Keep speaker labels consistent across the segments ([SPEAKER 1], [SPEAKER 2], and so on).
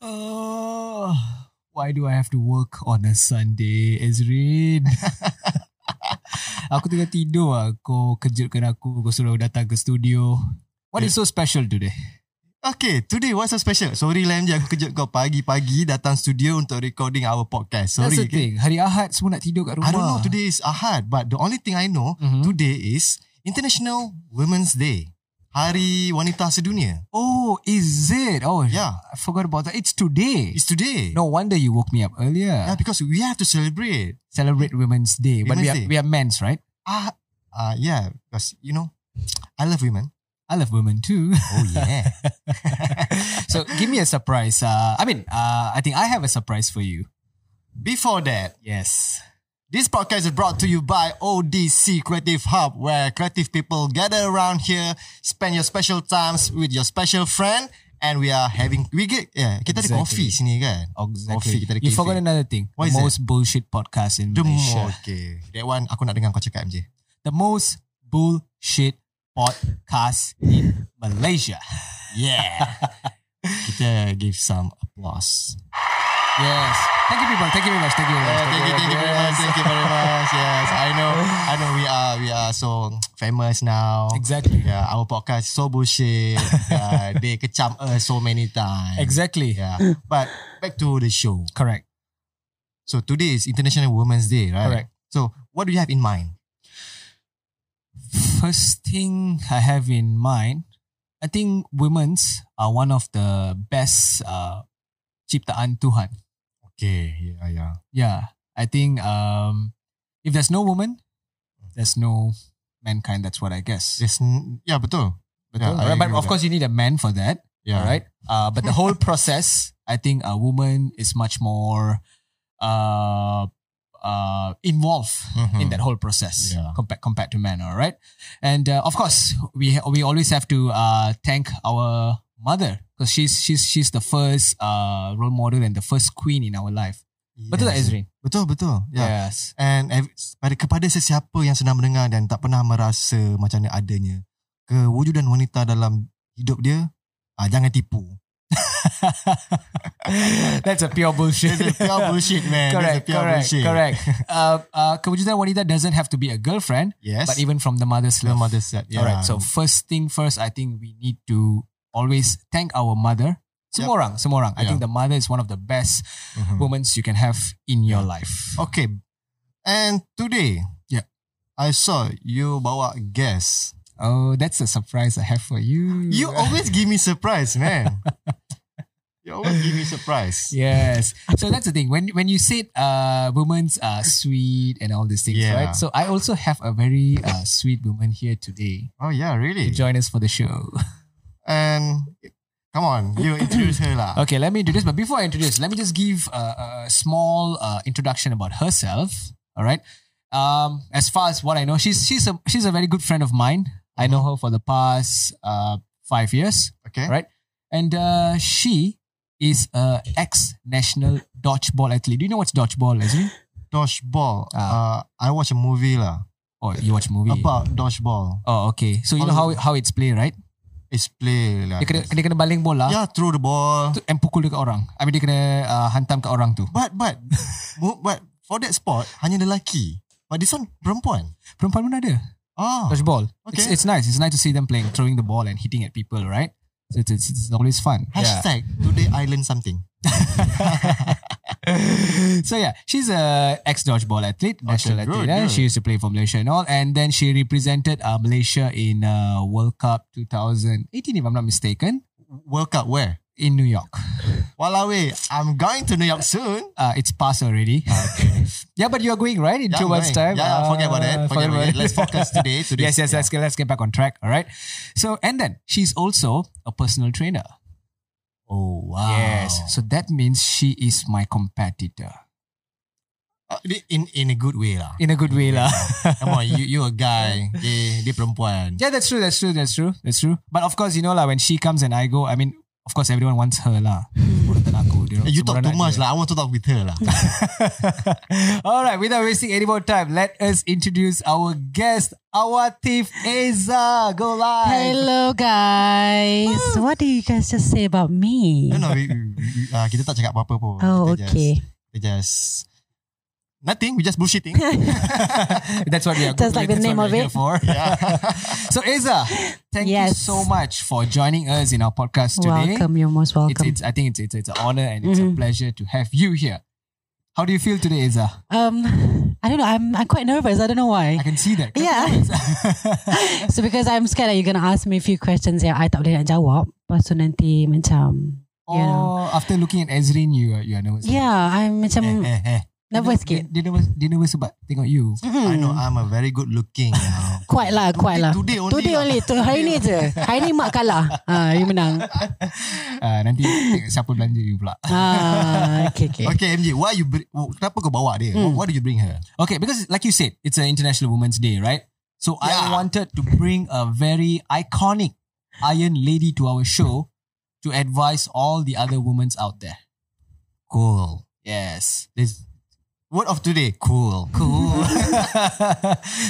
[SPEAKER 1] Oh, why do I have to work on a Sunday, Ezrin? aku tengah tidur lah. Kau kejutkan aku. Kau suruh datang ke studio. What is so special today?
[SPEAKER 2] Okay, today what's so special? Sorry Lam je aku kejut kau pagi-pagi datang studio untuk recording our podcast.
[SPEAKER 1] That's the
[SPEAKER 2] Sorry.
[SPEAKER 1] thing. Hari Ahad semua nak tidur kat rumah.
[SPEAKER 2] I don't know today is Ahad but the only thing I know
[SPEAKER 1] Mhm.
[SPEAKER 2] today is International Women's Day. Hari Wanita Sedunia.
[SPEAKER 1] Oh, is it? Oh,
[SPEAKER 2] Yeah.
[SPEAKER 1] I forgot about that. It's today.
[SPEAKER 2] It's today.
[SPEAKER 1] no wonder you woke me up earlier.
[SPEAKER 2] Yeah, because we have to celebrate.
[SPEAKER 1] Celebrate Women's Day. but we
[SPEAKER 2] Women's
[SPEAKER 1] are,
[SPEAKER 2] Day.
[SPEAKER 1] we are men's, right?
[SPEAKER 2] Ah, uh, yeah, because you know, I love women.
[SPEAKER 1] I love women too.
[SPEAKER 2] Oh yeah.
[SPEAKER 1] so give me a surprise. Uh, I mean, uh, I think I have a surprise for you.
[SPEAKER 2] Before that,
[SPEAKER 1] Yes.
[SPEAKER 2] This podcast is brought to you by ODC Creative Hub, where creative people gather around here, spend your special times with your special friend, and we are having we get yeah kita ada
[SPEAKER 1] Exactly.
[SPEAKER 2] coffee sini kan. Coffee
[SPEAKER 1] Exactly.
[SPEAKER 2] kita ada
[SPEAKER 1] You forgot
[SPEAKER 2] cafe.
[SPEAKER 1] another thing.
[SPEAKER 2] What
[SPEAKER 1] the
[SPEAKER 2] is that?
[SPEAKER 1] most bullshit podcast in
[SPEAKER 2] The
[SPEAKER 1] Malaysia.
[SPEAKER 2] more, okay. That one aku nak dengar kau cakap MJ.
[SPEAKER 1] The most bullshit podcast in Malaysia.
[SPEAKER 2] Yeah. kita give some applause.
[SPEAKER 1] Yes. Thank you, people. Thank you very much. Thank you very much.
[SPEAKER 2] Yeah, thank you, thank you very much, thank you very much. Yes, I know, I know. We are, we are so famous now.
[SPEAKER 1] Exactly.
[SPEAKER 2] Yeah, our podcast is so bullshit. yeah, they kecam us so many times.
[SPEAKER 1] Exactly.
[SPEAKER 2] Yeah. But back to the show.
[SPEAKER 1] Correct.
[SPEAKER 2] So today is International Women's Day, right?
[SPEAKER 1] Correct.
[SPEAKER 2] So what do you have in mind?
[SPEAKER 1] First thing I have in mind, I think women's are one of the best uh, ciptaan Tuhan.
[SPEAKER 2] Okay, yeah, yeah.
[SPEAKER 1] Yeah, I think um, if there's no woman, there's no mankind. That's what I guess.
[SPEAKER 2] There's, n- yeah, betul.
[SPEAKER 1] Betul?
[SPEAKER 2] I
[SPEAKER 1] Alright, but
[SPEAKER 2] agree
[SPEAKER 1] of
[SPEAKER 2] with
[SPEAKER 1] course, you need a man for that.
[SPEAKER 2] that. yeah.
[SPEAKER 1] All right. Uh, but the whole process, I think a woman is much more uh, uh, involved
[SPEAKER 2] Mhm.
[SPEAKER 1] in that whole process
[SPEAKER 2] Yeah.
[SPEAKER 1] compared compared to men. All right, and uh, of course, we we always have to uh, thank our mother because she's she's she's the first uh, role model and the first queen in our life. Betul tak,
[SPEAKER 2] Yes.
[SPEAKER 1] Ezrin?
[SPEAKER 2] Betul, betul. Yeah.
[SPEAKER 1] Yes.
[SPEAKER 2] And ev- pada kepada sesiapa yang sedang mendengar dan tak pernah merasa macam mana adanya kewujudan wanita dalam hidup dia, ah, jangan tipu.
[SPEAKER 1] That's a pure bullshit.
[SPEAKER 2] That's a pure bullshit, man.
[SPEAKER 1] correct,
[SPEAKER 2] That's a pure
[SPEAKER 1] correct,
[SPEAKER 2] bullshit.
[SPEAKER 1] correct. Uh, uh, kewujudan wanita doesn't have to be a girlfriend,
[SPEAKER 2] Yes.
[SPEAKER 1] but even from the mother's
[SPEAKER 2] the
[SPEAKER 1] love.
[SPEAKER 2] mother said, yeah.
[SPEAKER 1] All right. So first thing first, I think we need to always thank our mother. Semua orang, semua orang. I
[SPEAKER 2] Yeah.
[SPEAKER 1] think the mother is one of the best
[SPEAKER 2] Mhm.
[SPEAKER 1] women you can have in your life.
[SPEAKER 2] Okay. And today,
[SPEAKER 1] Yeah.
[SPEAKER 2] I saw you bawa guest.
[SPEAKER 1] Oh, that's a surprise I have for you.
[SPEAKER 2] You always give me surprise, man. you always give me surprise.
[SPEAKER 1] Yes. So that's the thing. When when you said uh women's are sweet and all these things,
[SPEAKER 2] Yeah.
[SPEAKER 1] right? So I also have a very uh, sweet woman here today
[SPEAKER 2] Oh yeah,
[SPEAKER 1] to
[SPEAKER 2] really.
[SPEAKER 1] join us for the show.
[SPEAKER 2] And come on, you introduce her lah.
[SPEAKER 1] Okay, let me introduce. But before I introduce, let me just give a, a small uh, introduction about herself. All right. Um, as far as what I know, she's she's a she's a very good friend of mine. I know her for the past uh, five years,
[SPEAKER 2] Okay.
[SPEAKER 1] right? and uh, she is a ex national dodgeball athlete. Do you know what's dodgeball, Leslie?
[SPEAKER 2] Dodgeball.
[SPEAKER 1] Ah.
[SPEAKER 2] Uh, I watch a movie lah
[SPEAKER 1] Or Oh, you watch movie?
[SPEAKER 2] about dodgeball.
[SPEAKER 1] Oh, okay. So you know how how it's played, right?
[SPEAKER 2] It's play lah.
[SPEAKER 1] Dia Eh, kena dia kena baling bola
[SPEAKER 2] Yeah, throw the ball.
[SPEAKER 1] tu- and pukul dekat orang. Habis dia kena uh, hantam kat orang tu.
[SPEAKER 2] But but mo- but for that sport hanya lelaki. But this one perempuan.
[SPEAKER 1] Perempuan pun ada.
[SPEAKER 2] Ah,
[SPEAKER 1] dodgeball.
[SPEAKER 2] Okay.
[SPEAKER 1] It's, it's nice. It's nice to see them playing, throwing the ball and hitting at people, right? So it's, it's, it's always fun.
[SPEAKER 2] hashtag today I learned something.
[SPEAKER 1] Yeah. so yeah, she's a ex dodgeball athlete, national
[SPEAKER 2] good,
[SPEAKER 1] athlete. eh?
[SPEAKER 2] good.
[SPEAKER 1] She used to play for Malaysia and all, and then she represented uh, Malaysia in uh, World Cup 2018, if I'm not mistaken,
[SPEAKER 2] World Cup where?
[SPEAKER 1] in New York.
[SPEAKER 2] Walao, eh, I'm going to New York soon.
[SPEAKER 1] Uh, it's past already.
[SPEAKER 2] Ah, Okay.
[SPEAKER 1] yeah, but you are going right in
[SPEAKER 2] Yeah,
[SPEAKER 1] two
[SPEAKER 2] I'm
[SPEAKER 1] months'
[SPEAKER 2] going.
[SPEAKER 1] time. Uh,
[SPEAKER 2] Yeah, forget about it. Forget about it. Let's focus today. today.
[SPEAKER 1] yes, yes. Let's get let's get back on track. All right. So and then she's also a personal trainer.
[SPEAKER 2] Oh wow.
[SPEAKER 1] Yes. So that means she is my competitor.
[SPEAKER 2] Uh, in in a good way lah.
[SPEAKER 1] In a good way, lah.
[SPEAKER 2] Come on, you you a guy. Dia dia perempuan.
[SPEAKER 1] yeah, that's true, that's true, that's true, that's true. But of course, you know, lah, when she comes and I go, I mean, of course, everyone wants her, lah. Urutan aku, dia orang
[SPEAKER 2] You
[SPEAKER 1] semua
[SPEAKER 2] talk too
[SPEAKER 1] orang nak
[SPEAKER 2] much
[SPEAKER 1] dia.
[SPEAKER 2] lah. I want to talk with her lah.
[SPEAKER 1] All right, without wasting any more time, let us introduce our guest, Awatif Eza. Go live.
[SPEAKER 3] Hello guys. What did you guys just say about me?
[SPEAKER 2] No, no, we, we- uh, kita tak cakap apa-apa pun.
[SPEAKER 3] Oh,
[SPEAKER 2] kita
[SPEAKER 3] okay.
[SPEAKER 2] Just, kita just nothing. We just bullshitting.
[SPEAKER 1] That's what we are.
[SPEAKER 3] Just like the
[SPEAKER 1] that's
[SPEAKER 3] name
[SPEAKER 1] what
[SPEAKER 3] of
[SPEAKER 1] we are
[SPEAKER 3] it.
[SPEAKER 1] here For.
[SPEAKER 2] yeah.
[SPEAKER 1] So Eza, thank you
[SPEAKER 3] Yes.
[SPEAKER 1] so much for joining us in our podcast today.
[SPEAKER 3] Welcome. You're most
[SPEAKER 1] It's,
[SPEAKER 3] welcome.
[SPEAKER 1] it's I think it's it's, it's an honor and it's a
[SPEAKER 3] Mhm.
[SPEAKER 1] pleasure to have you here. How do you feel today, Eza?
[SPEAKER 3] um, I don't know. I'm I'm quite nervous. I don't know
[SPEAKER 1] I
[SPEAKER 3] why.
[SPEAKER 1] can see that.
[SPEAKER 3] Yeah. so because I'm scared that you're gonna ask me a few questions yang I tak boleh nak jawab. Lepas tu nanti macam
[SPEAKER 1] Or
[SPEAKER 2] Oh.
[SPEAKER 1] Oh, after looking at Ezrin, you are you are nervous.
[SPEAKER 3] Yeah,
[SPEAKER 2] eh,
[SPEAKER 3] I'm macam
[SPEAKER 2] eh, eh.
[SPEAKER 3] nervous
[SPEAKER 1] Dia,
[SPEAKER 3] sikit.
[SPEAKER 1] dia nervous, dia nervous sebab tengok you.
[SPEAKER 2] I know I'm a very good looking. You know.
[SPEAKER 3] Kuat lah, kuat lah.
[SPEAKER 2] Today only.
[SPEAKER 3] Today
[SPEAKER 2] lah.
[SPEAKER 3] only. Tu hari ni je. Hari ni mak kalah. Ah, you menang.
[SPEAKER 1] Uh, nanti tengok siapa belanja you pula.
[SPEAKER 3] Ah, okay, okay.
[SPEAKER 2] Okay, MJ, why you br- oh, kenapa kau bawa dia? Why do you bring her?
[SPEAKER 1] Hmm. Okay, because like you said, it's an International Women's Day, right? So I
[SPEAKER 2] Yeah.
[SPEAKER 1] wanted to bring a very iconic Iron Lady to our show to advise all the other women's out there.
[SPEAKER 2] Cool.
[SPEAKER 1] Yes.
[SPEAKER 2] This word of today, cool. Cool.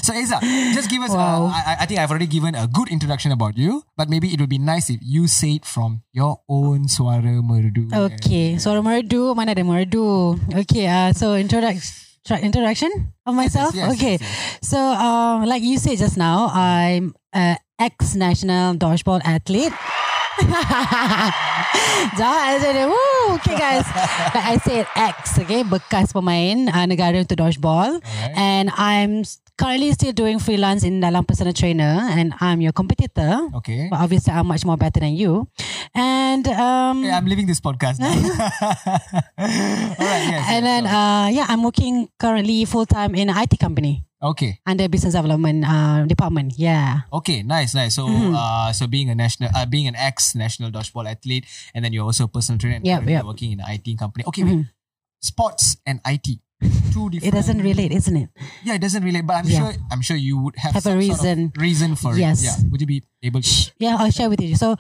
[SPEAKER 1] so Eza, just give us. Uh,
[SPEAKER 3] Wow.
[SPEAKER 1] I, I think I've already given a good introduction about you, but maybe it would be nice if you say it from your own suara merdu.
[SPEAKER 3] Okay, suara merdu. Mana ada merdu? Okay, uh, so introduc- tra- introduction of myself?
[SPEAKER 1] yes, yes,
[SPEAKER 3] okay. So, um, like you said just now, I'm an ex-national dodgeball athlete. Jahat je dia. Woo. Okay guys. Like I said, ex, okay, bekas pemain uh, negara untuk dodgeball.
[SPEAKER 1] Alright.
[SPEAKER 3] And I'm s- currently still doing freelance in dalam personal trainer and I'm your competitor.
[SPEAKER 1] Okay.
[SPEAKER 3] But obviously I'm much more better than you. And um,
[SPEAKER 1] Yeah, I'm leaving this podcast now. All right, yes,
[SPEAKER 3] and
[SPEAKER 1] yes,
[SPEAKER 3] then uh, yeah, I'm working currently full-time in an IT company
[SPEAKER 1] Okay.
[SPEAKER 3] under business development uh, department. Yeah.
[SPEAKER 1] Okay, nice, nice. So,
[SPEAKER 3] Mhm.
[SPEAKER 1] uh, so being a national, uh, being an ex-national dodgeball athlete, and then you're also a personal trainer. and
[SPEAKER 3] Yep,
[SPEAKER 1] currently
[SPEAKER 3] yep.
[SPEAKER 1] Working in an IT company. Okay, wait,
[SPEAKER 3] Mhm.
[SPEAKER 1] sports and IT, two different.
[SPEAKER 3] It doesn't relate, isn't it?
[SPEAKER 1] Yeah, it doesn't relate. But I'm sure,
[SPEAKER 3] Yeah.
[SPEAKER 1] I'm sure you would have,
[SPEAKER 3] Have
[SPEAKER 1] some
[SPEAKER 3] a
[SPEAKER 1] sort of
[SPEAKER 3] reason.
[SPEAKER 1] reason for
[SPEAKER 3] Yes.
[SPEAKER 1] it. Yeah. Would you be able to?
[SPEAKER 3] Yeah, I'll share with you. So,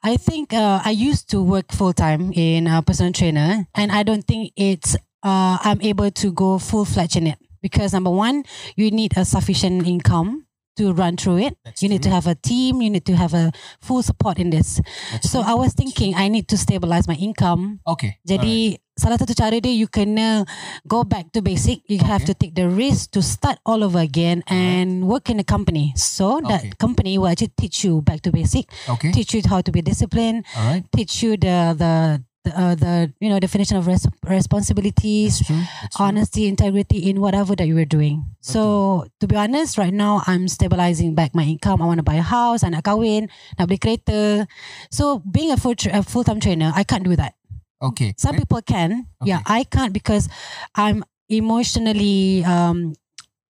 [SPEAKER 3] I think uh, I used to work full time in a personal trainer, and I don't think it's uh, I'm able to go full fledged in it because number one, you need a sufficient income to run through it.
[SPEAKER 1] That's
[SPEAKER 3] you need
[SPEAKER 1] true.
[SPEAKER 3] to have a team. You need to have a full support in this.
[SPEAKER 1] That's
[SPEAKER 3] so I was thinking I need to stabilize my income.
[SPEAKER 1] Okay. alright.
[SPEAKER 3] Jadi salah satu cara dia you kena go back to basic. You have to
[SPEAKER 1] Okay.
[SPEAKER 3] take the risk to start all over again and work in a company. So
[SPEAKER 1] Okay.
[SPEAKER 3] that company will actually teach you back to basic,
[SPEAKER 1] Okay.
[SPEAKER 3] teach you how to be disciplined,
[SPEAKER 1] All right.
[SPEAKER 3] teach you the the the, uh, the you know definition of res- responsibilities,
[SPEAKER 1] That's true. That's true.
[SPEAKER 3] honesty, integrity in whatever that you were doing. So to be honest, right now I'm stabilizing back my income. I want to buy a house, I nak kahwin, nak beli kereta. So being a full tra- a full time trainer, I can't do that.
[SPEAKER 1] Okay.
[SPEAKER 3] Some people can. Yeah,
[SPEAKER 1] Okay.
[SPEAKER 3] I can't because I'm emotionally um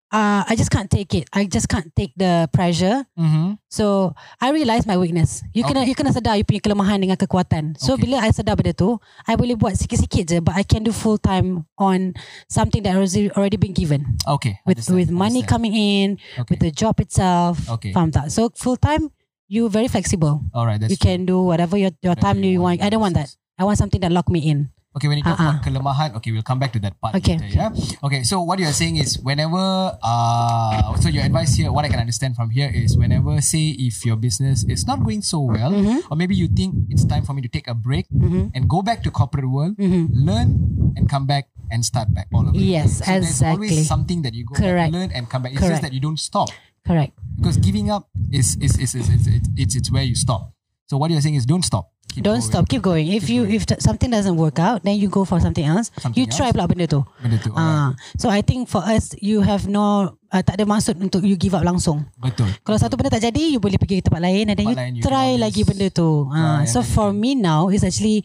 [SPEAKER 3] uh I just can't take it. I just can't take the pressure.
[SPEAKER 1] Mm-hmm.
[SPEAKER 3] So I realise my weakness. You kena
[SPEAKER 1] Okay.
[SPEAKER 3] you kena sedar you punya kelemahan dengan kekuatan. So
[SPEAKER 1] Okay.
[SPEAKER 3] bila I sedar benda tu, I boleh buat sikit-sikit je but I can do full time on something that has already been given.
[SPEAKER 1] Okay.
[SPEAKER 3] With
[SPEAKER 1] Understand,
[SPEAKER 3] with money
[SPEAKER 1] understand.
[SPEAKER 3] coming in,
[SPEAKER 1] Okay.
[SPEAKER 3] with the job itself.
[SPEAKER 1] Okay.
[SPEAKER 3] Faham tak? So full time you very flexible.
[SPEAKER 1] All right. That's
[SPEAKER 3] you can do whatever your your
[SPEAKER 1] Whatever
[SPEAKER 3] time
[SPEAKER 1] you
[SPEAKER 3] you,
[SPEAKER 1] want.
[SPEAKER 3] want. I don't want that. I want something that lock me in.
[SPEAKER 1] Okay, when you talk about
[SPEAKER 3] Uh-uh.
[SPEAKER 1] kelemahan, okay, we'll come back to that part
[SPEAKER 3] Okay.
[SPEAKER 1] later, yeah? Okay, so what you're saying is whenever, uh, so your advice here, what I can understand from here is whenever, say, if your business is not going so well,
[SPEAKER 3] Mhm.
[SPEAKER 1] or maybe you think it's time for me to take a break
[SPEAKER 3] Mhm.
[SPEAKER 1] and go back to corporate world,
[SPEAKER 3] Mhm.
[SPEAKER 1] learn and come back and start back all over. again.
[SPEAKER 3] Yes,
[SPEAKER 1] so There's
[SPEAKER 3] exactly.
[SPEAKER 1] always something that you go
[SPEAKER 3] Correct.
[SPEAKER 1] back, learn and come back. It's
[SPEAKER 3] Correct.
[SPEAKER 1] just that you don't stop
[SPEAKER 3] Correct.
[SPEAKER 1] because giving up is is is is, is, it's it's it's where you stop. So what you're saying is don't stop. Keep going.
[SPEAKER 3] Don't stop. Keep going. If you if t- something doesn't work out, then you go for something else.
[SPEAKER 1] Something
[SPEAKER 3] you try
[SPEAKER 1] else.
[SPEAKER 3] pula benda tu.
[SPEAKER 1] Benda tu, alright.
[SPEAKER 3] Ah, so I think for us you have no uh, tak ada maksud untuk you give up langsung.
[SPEAKER 1] Betul.
[SPEAKER 3] Kalau satu benda tak jadi you boleh pergi ke tempat lain and then you,
[SPEAKER 1] Tempat lain, you
[SPEAKER 3] try
[SPEAKER 1] can always-
[SPEAKER 3] lagi benda tu. Ah,
[SPEAKER 1] Ah, and
[SPEAKER 3] so
[SPEAKER 1] then you
[SPEAKER 3] for
[SPEAKER 1] can-
[SPEAKER 3] me now is actually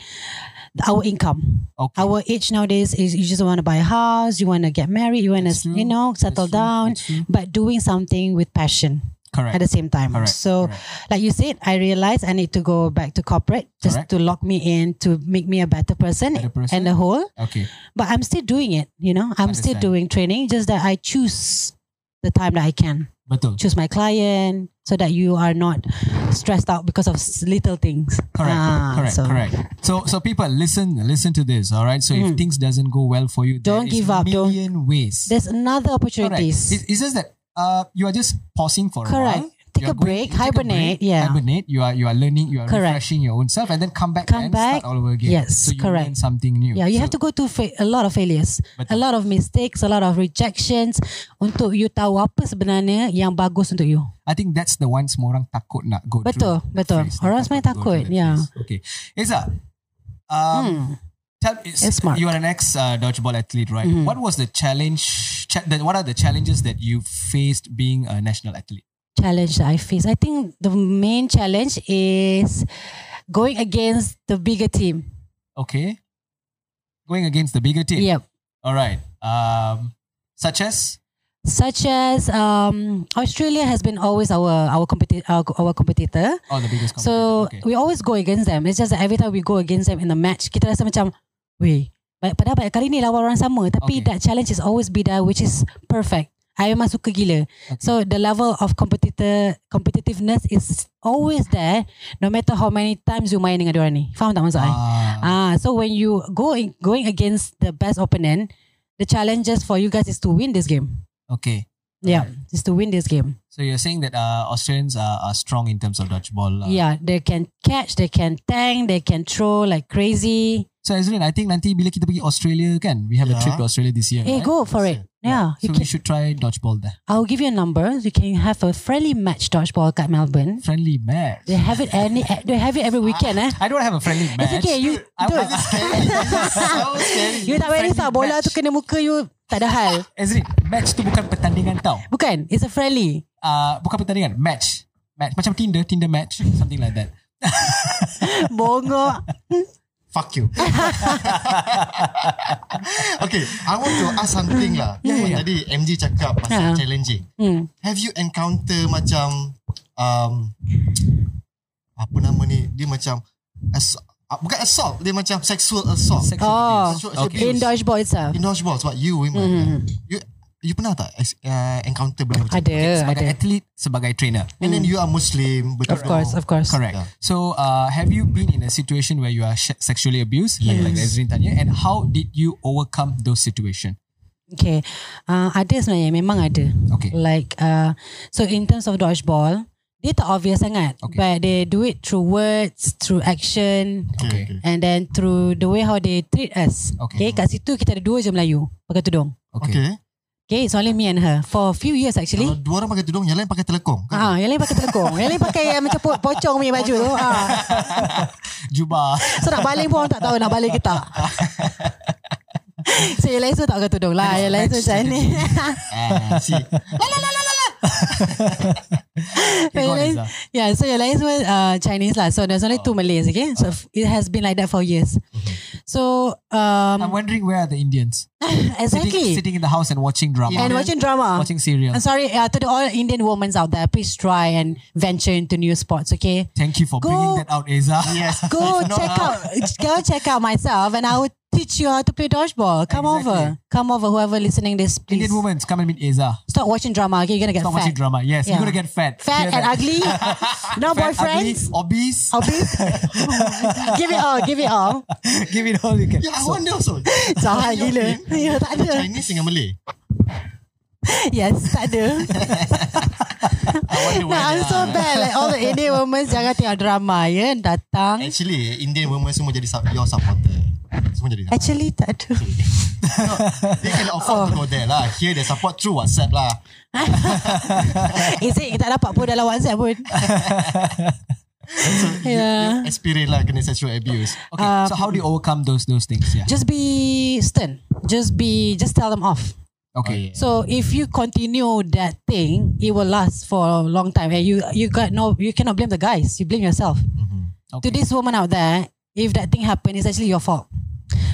[SPEAKER 3] our income.
[SPEAKER 1] Okay.
[SPEAKER 3] Our age nowadays is you just want to buy a house, you want to get married, you want to
[SPEAKER 1] That's true.
[SPEAKER 3] you know settle
[SPEAKER 1] That's true.
[SPEAKER 3] down
[SPEAKER 1] That's true.
[SPEAKER 3] but doing something with passion.
[SPEAKER 1] Correct.
[SPEAKER 3] at the same time.
[SPEAKER 1] Correct,
[SPEAKER 3] So, like you said, I realized I need to go back to corporate just
[SPEAKER 1] Correct.
[SPEAKER 3] to lock me in to make me a better person,
[SPEAKER 1] Better person.
[SPEAKER 3] and the whole.
[SPEAKER 1] Okay.
[SPEAKER 3] But I'm still doing it, you know. I'm still
[SPEAKER 1] Understand.
[SPEAKER 3] doing training, just that I choose the time that I can
[SPEAKER 1] Betul.
[SPEAKER 3] choose my client so that you are not stressed out because of s- little things.
[SPEAKER 1] Correct.
[SPEAKER 3] Ah,
[SPEAKER 1] correct.
[SPEAKER 3] so
[SPEAKER 1] Correct. So so people listen listen to this, all right? So if things doesn't go well for you,
[SPEAKER 3] Mm. Don't
[SPEAKER 1] there is
[SPEAKER 3] give up, don't-
[SPEAKER 1] million ways.
[SPEAKER 3] There's another
[SPEAKER 1] Correct.
[SPEAKER 3] opportunities.
[SPEAKER 1] It- It's just that uh you are just pausing for a
[SPEAKER 3] Correct.
[SPEAKER 1] while.
[SPEAKER 3] Take take
[SPEAKER 1] You're
[SPEAKER 3] a
[SPEAKER 1] going-
[SPEAKER 3] break,
[SPEAKER 1] you take a
[SPEAKER 3] hibernate. yeah.
[SPEAKER 1] hibernate. You are you are learning. You are
[SPEAKER 3] Correct.
[SPEAKER 1] refreshing your own self, and then come back
[SPEAKER 3] Come
[SPEAKER 1] and
[SPEAKER 3] back,
[SPEAKER 1] start all over again.
[SPEAKER 3] yes,
[SPEAKER 1] so you
[SPEAKER 3] correct.
[SPEAKER 1] learn something new.
[SPEAKER 3] Yeah, you
[SPEAKER 1] So-
[SPEAKER 3] have to go through fa- a lot of failures,
[SPEAKER 1] Betul.
[SPEAKER 3] a lot of mistakes, a lot of rejections untuk you tahu apa sebenarnya yang bagus untuk you.
[SPEAKER 1] I think that's the one semua orang takut nak go
[SPEAKER 3] Betul,
[SPEAKER 1] through.
[SPEAKER 3] betul.
[SPEAKER 1] Phase,
[SPEAKER 3] Orang sebenarnya
[SPEAKER 1] to go through
[SPEAKER 3] takut,
[SPEAKER 1] that
[SPEAKER 3] yeah.
[SPEAKER 1] phase. Okay. Iza, um, tell,
[SPEAKER 3] It's smart. Mm-hmm.
[SPEAKER 1] you are an ex uh, dodgeball athlete, right? What was the challenge? Cha- that, what are the challenges that you faced being a national athlete?
[SPEAKER 3] Challenge that I face. I think the main challenge is going against the bigger team.
[SPEAKER 1] Okay. Going against the bigger team.
[SPEAKER 3] Yep.
[SPEAKER 1] All right. Um, such as?
[SPEAKER 3] Such as um, Australia has been always our our, competi- our, our competitor.
[SPEAKER 1] Oh, the biggest competitor.
[SPEAKER 3] So
[SPEAKER 1] okay.
[SPEAKER 3] we always go against them. It's just that every time we go against them in a match, kita rasa macam, weh, ba- padahal banyak kali ni lawan orang sama. Tapi
[SPEAKER 1] Okay.
[SPEAKER 3] that challenge is always beda, which is perfect. I memang suka gila. So the level of competitor competitiveness is always there, no matter how many times you main dengan diorang ni. Faham tak maksud I?
[SPEAKER 1] Ah,
[SPEAKER 3] Ah, so when you go in, going against the best opponent, the challenges for you guys is to win this game.
[SPEAKER 1] okay.
[SPEAKER 3] Yeah, is to win this game.
[SPEAKER 1] So you're saying that uh, Australians are, are strong in terms of dodgeball. Uh,
[SPEAKER 3] Yeah, they can catch, they can tank, they can throw like crazy.
[SPEAKER 1] So Azrin, I think nanti bila kita pergi Australia kan, we have a
[SPEAKER 2] Yeah.
[SPEAKER 1] trip to Australia this year. right?
[SPEAKER 3] Hey, Eh, go for it. Yeah, you
[SPEAKER 1] So we
[SPEAKER 3] can,
[SPEAKER 1] should try dodgeball there.
[SPEAKER 3] I'll give you a number. You can have a friendly match dodgeball kat Melbourne.
[SPEAKER 1] Friendly match.
[SPEAKER 3] They have it any. They have it every weekend. Eh,
[SPEAKER 1] I don't have a friendly match.
[SPEAKER 3] it's okay. You
[SPEAKER 1] I
[SPEAKER 3] do.
[SPEAKER 1] want
[SPEAKER 2] This is scary. This is so scary.
[SPEAKER 3] You tak berani tak bola tu kena muka you tak ada hal.
[SPEAKER 1] Azrin, match tu bukan pertandingan tau.
[SPEAKER 3] Bukan, it's a friendly.
[SPEAKER 1] Uh, bukan pertandingan, match. Match macam Tinder, Tinder match, something like that.
[SPEAKER 3] Bongo.
[SPEAKER 2] Fuck you. okay, I want to ask something lah.
[SPEAKER 1] Yeah, yeah, yeah.
[SPEAKER 2] Tadi MG cakap pasal
[SPEAKER 3] Ya, Ha.
[SPEAKER 2] challenging.
[SPEAKER 3] Hmm.
[SPEAKER 2] Have you encounter macam um, apa nama ni? Dia macam ass- ah, bukan assault, dia macam sexual assault.
[SPEAKER 1] Sexual
[SPEAKER 3] Oh,
[SPEAKER 1] abuse.
[SPEAKER 2] Okay.
[SPEAKER 3] in dodgeball itself.
[SPEAKER 2] In dodgeball sebab you women.
[SPEAKER 3] Mhm.
[SPEAKER 2] You you pernah tak ex- uh, encounter benda macam
[SPEAKER 3] Ada,
[SPEAKER 1] Sebagai
[SPEAKER 3] ada.
[SPEAKER 1] athlete, sebagai trainer.
[SPEAKER 2] And then you are Muslim, betul.
[SPEAKER 3] Of course, of course.
[SPEAKER 1] Correct.
[SPEAKER 2] Yeah.
[SPEAKER 1] So, uh, have you been in a situation where you are sh- sexually abused, like, like Azrin tanya, and how did you overcome those situation?
[SPEAKER 3] Okay. Uh, ada sebenarnya, memang ada.
[SPEAKER 1] Okay.
[SPEAKER 3] Like, uh, so in terms of dodgeball, dia tak obvious sangat.
[SPEAKER 1] Okay.
[SPEAKER 3] But they do it through words, through action,
[SPEAKER 1] Okay.
[SPEAKER 2] okay.
[SPEAKER 3] and then through the way how they treat us.
[SPEAKER 1] Okay.
[SPEAKER 3] okay kat situ kita ada dua je Melayu pakai tudung.
[SPEAKER 1] Okay.
[SPEAKER 2] Okay.
[SPEAKER 3] Okay, it's only me and her for a few years actually.
[SPEAKER 2] Kalau dua orang pakai tudung, yang lain pakai telekong. Kan?
[SPEAKER 3] Ah, yang lain pakai telekong. yang lain pakai yang macam po- pocong punya baju tu. Ah.
[SPEAKER 1] Juba.
[SPEAKER 3] So nak balik pun orang tak tahu nak balik ke tak. so yang lain semua tak pakai tudung lah. Yang lain semua macam ni.
[SPEAKER 2] Ah, see.
[SPEAKER 1] Okay, go
[SPEAKER 3] yang
[SPEAKER 1] on,
[SPEAKER 3] lain,
[SPEAKER 1] Izzah.
[SPEAKER 3] yeah, so yang lain semua uh, Chinese lah. So there's only two Malays, okay? So it has been like that for years. So
[SPEAKER 1] I'm
[SPEAKER 3] um,
[SPEAKER 1] wondering where are the Indians? Sitting,
[SPEAKER 3] exactly.
[SPEAKER 1] sitting in the house and watching drama.
[SPEAKER 3] and watching drama.
[SPEAKER 1] watching serial.
[SPEAKER 3] I'm sorry uh, to the all Indian women out there. Please try and venture into new sports, okay?
[SPEAKER 1] Thank you for
[SPEAKER 3] Go-
[SPEAKER 1] bringing that out, Eza.
[SPEAKER 2] Yes.
[SPEAKER 3] Go
[SPEAKER 2] If not,
[SPEAKER 3] check out, go check out myself, and I will teach you how to play dodgeball. Come
[SPEAKER 1] Exactly.
[SPEAKER 3] over, come over. Whoever listening this, please
[SPEAKER 1] Indian women, come and meet Eza.
[SPEAKER 3] stop watching drama. Okay, you're gonna get
[SPEAKER 1] Stop
[SPEAKER 3] fat,
[SPEAKER 1] watching drama. Yes, you're
[SPEAKER 3] Yeah.
[SPEAKER 1] gonna get fat.
[SPEAKER 3] fat
[SPEAKER 1] Hear
[SPEAKER 3] and
[SPEAKER 1] that?
[SPEAKER 3] ugly. no
[SPEAKER 1] Fat,
[SPEAKER 3] boyfriends. Oh.
[SPEAKER 1] ugly, obese.
[SPEAKER 3] Obese. give it all, give it all.
[SPEAKER 1] Give it all you can.
[SPEAKER 2] Yeah, Ya, I wonder also.
[SPEAKER 3] Sahai gila. Ya, tak ada.
[SPEAKER 2] Chinese dengan Malay.
[SPEAKER 3] Yes, tak ada.
[SPEAKER 2] I wonder
[SPEAKER 3] Nah, I'm
[SPEAKER 2] whether-
[SPEAKER 3] so bad. Like all the Indian women jangan tengok drama, ya. Datang.
[SPEAKER 2] Actually, Indian women semua jadi sub- your supporter. Semua jadi.
[SPEAKER 3] Actually, tak ada.
[SPEAKER 2] They can afford
[SPEAKER 3] Oh.
[SPEAKER 2] to go there lah. Here they support through WhatsApp lah.
[SPEAKER 3] Is it tak dapat pun dalam WhatsApp pun. Ya. yeah.
[SPEAKER 2] Experience lah kena sexual abuse.
[SPEAKER 1] Okay, so how do you overcome those those things? Yeah.
[SPEAKER 3] Uh, Just be stern. Just be just tell them off.
[SPEAKER 1] Okay.
[SPEAKER 3] So if you continue that thing, it will last for a long time. And you you got no you cannot blame the guys. You blame yourself. To
[SPEAKER 1] Okay.
[SPEAKER 3] this woman out there, if that thing happened, it's actually your fault.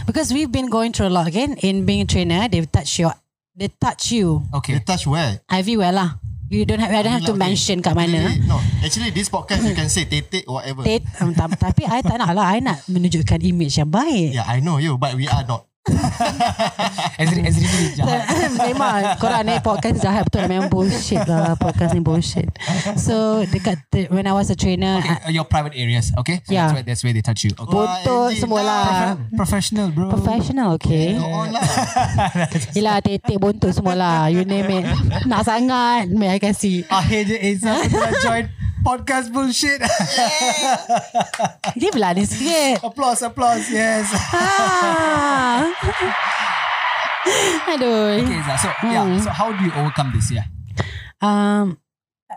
[SPEAKER 3] Because we've been going through a lot again in being a trainer, they've touched your they touch you
[SPEAKER 1] Okay.
[SPEAKER 2] They touch where?
[SPEAKER 3] everywhere lah. You don't have I don't have to
[SPEAKER 2] Alhamdulillah,
[SPEAKER 3] mention kat mana.
[SPEAKER 2] Really? No, actually this podcast you can say tetek whatever.
[SPEAKER 3] Tet- um, tam- tapi I tak nak lah I nak menunjukkan image yang baik
[SPEAKER 1] Ya.
[SPEAKER 2] Yeah, I know you, but we are not.
[SPEAKER 1] Ezri Ezri ni jahat.
[SPEAKER 3] Memang Korang naik podcast jahat Betul lah, memang bullshit lah Podcast ni bullshit So dekat the, When I was a trainer
[SPEAKER 1] Okay, uh,
[SPEAKER 3] okay.
[SPEAKER 1] your private areas, okay? So
[SPEAKER 3] Yeah.
[SPEAKER 1] That's where, that's where they touch you. Okay.
[SPEAKER 2] Ah,
[SPEAKER 3] Botol semua lah
[SPEAKER 1] Professional, bro.
[SPEAKER 3] Professional okay
[SPEAKER 2] Go on lah.
[SPEAKER 3] Yelah tetek bontot semua lah You name it Nak sangat May I kasih
[SPEAKER 1] I hate it. It's not gonna join podcast bullshit.
[SPEAKER 3] Dia berlari sikit Ha.
[SPEAKER 1] applause, applause. Yes.
[SPEAKER 3] ah. Aduh
[SPEAKER 1] Okay, Izzah, so
[SPEAKER 3] Mm.
[SPEAKER 1] yeah. So how do you overcome this? Yeah,
[SPEAKER 3] um,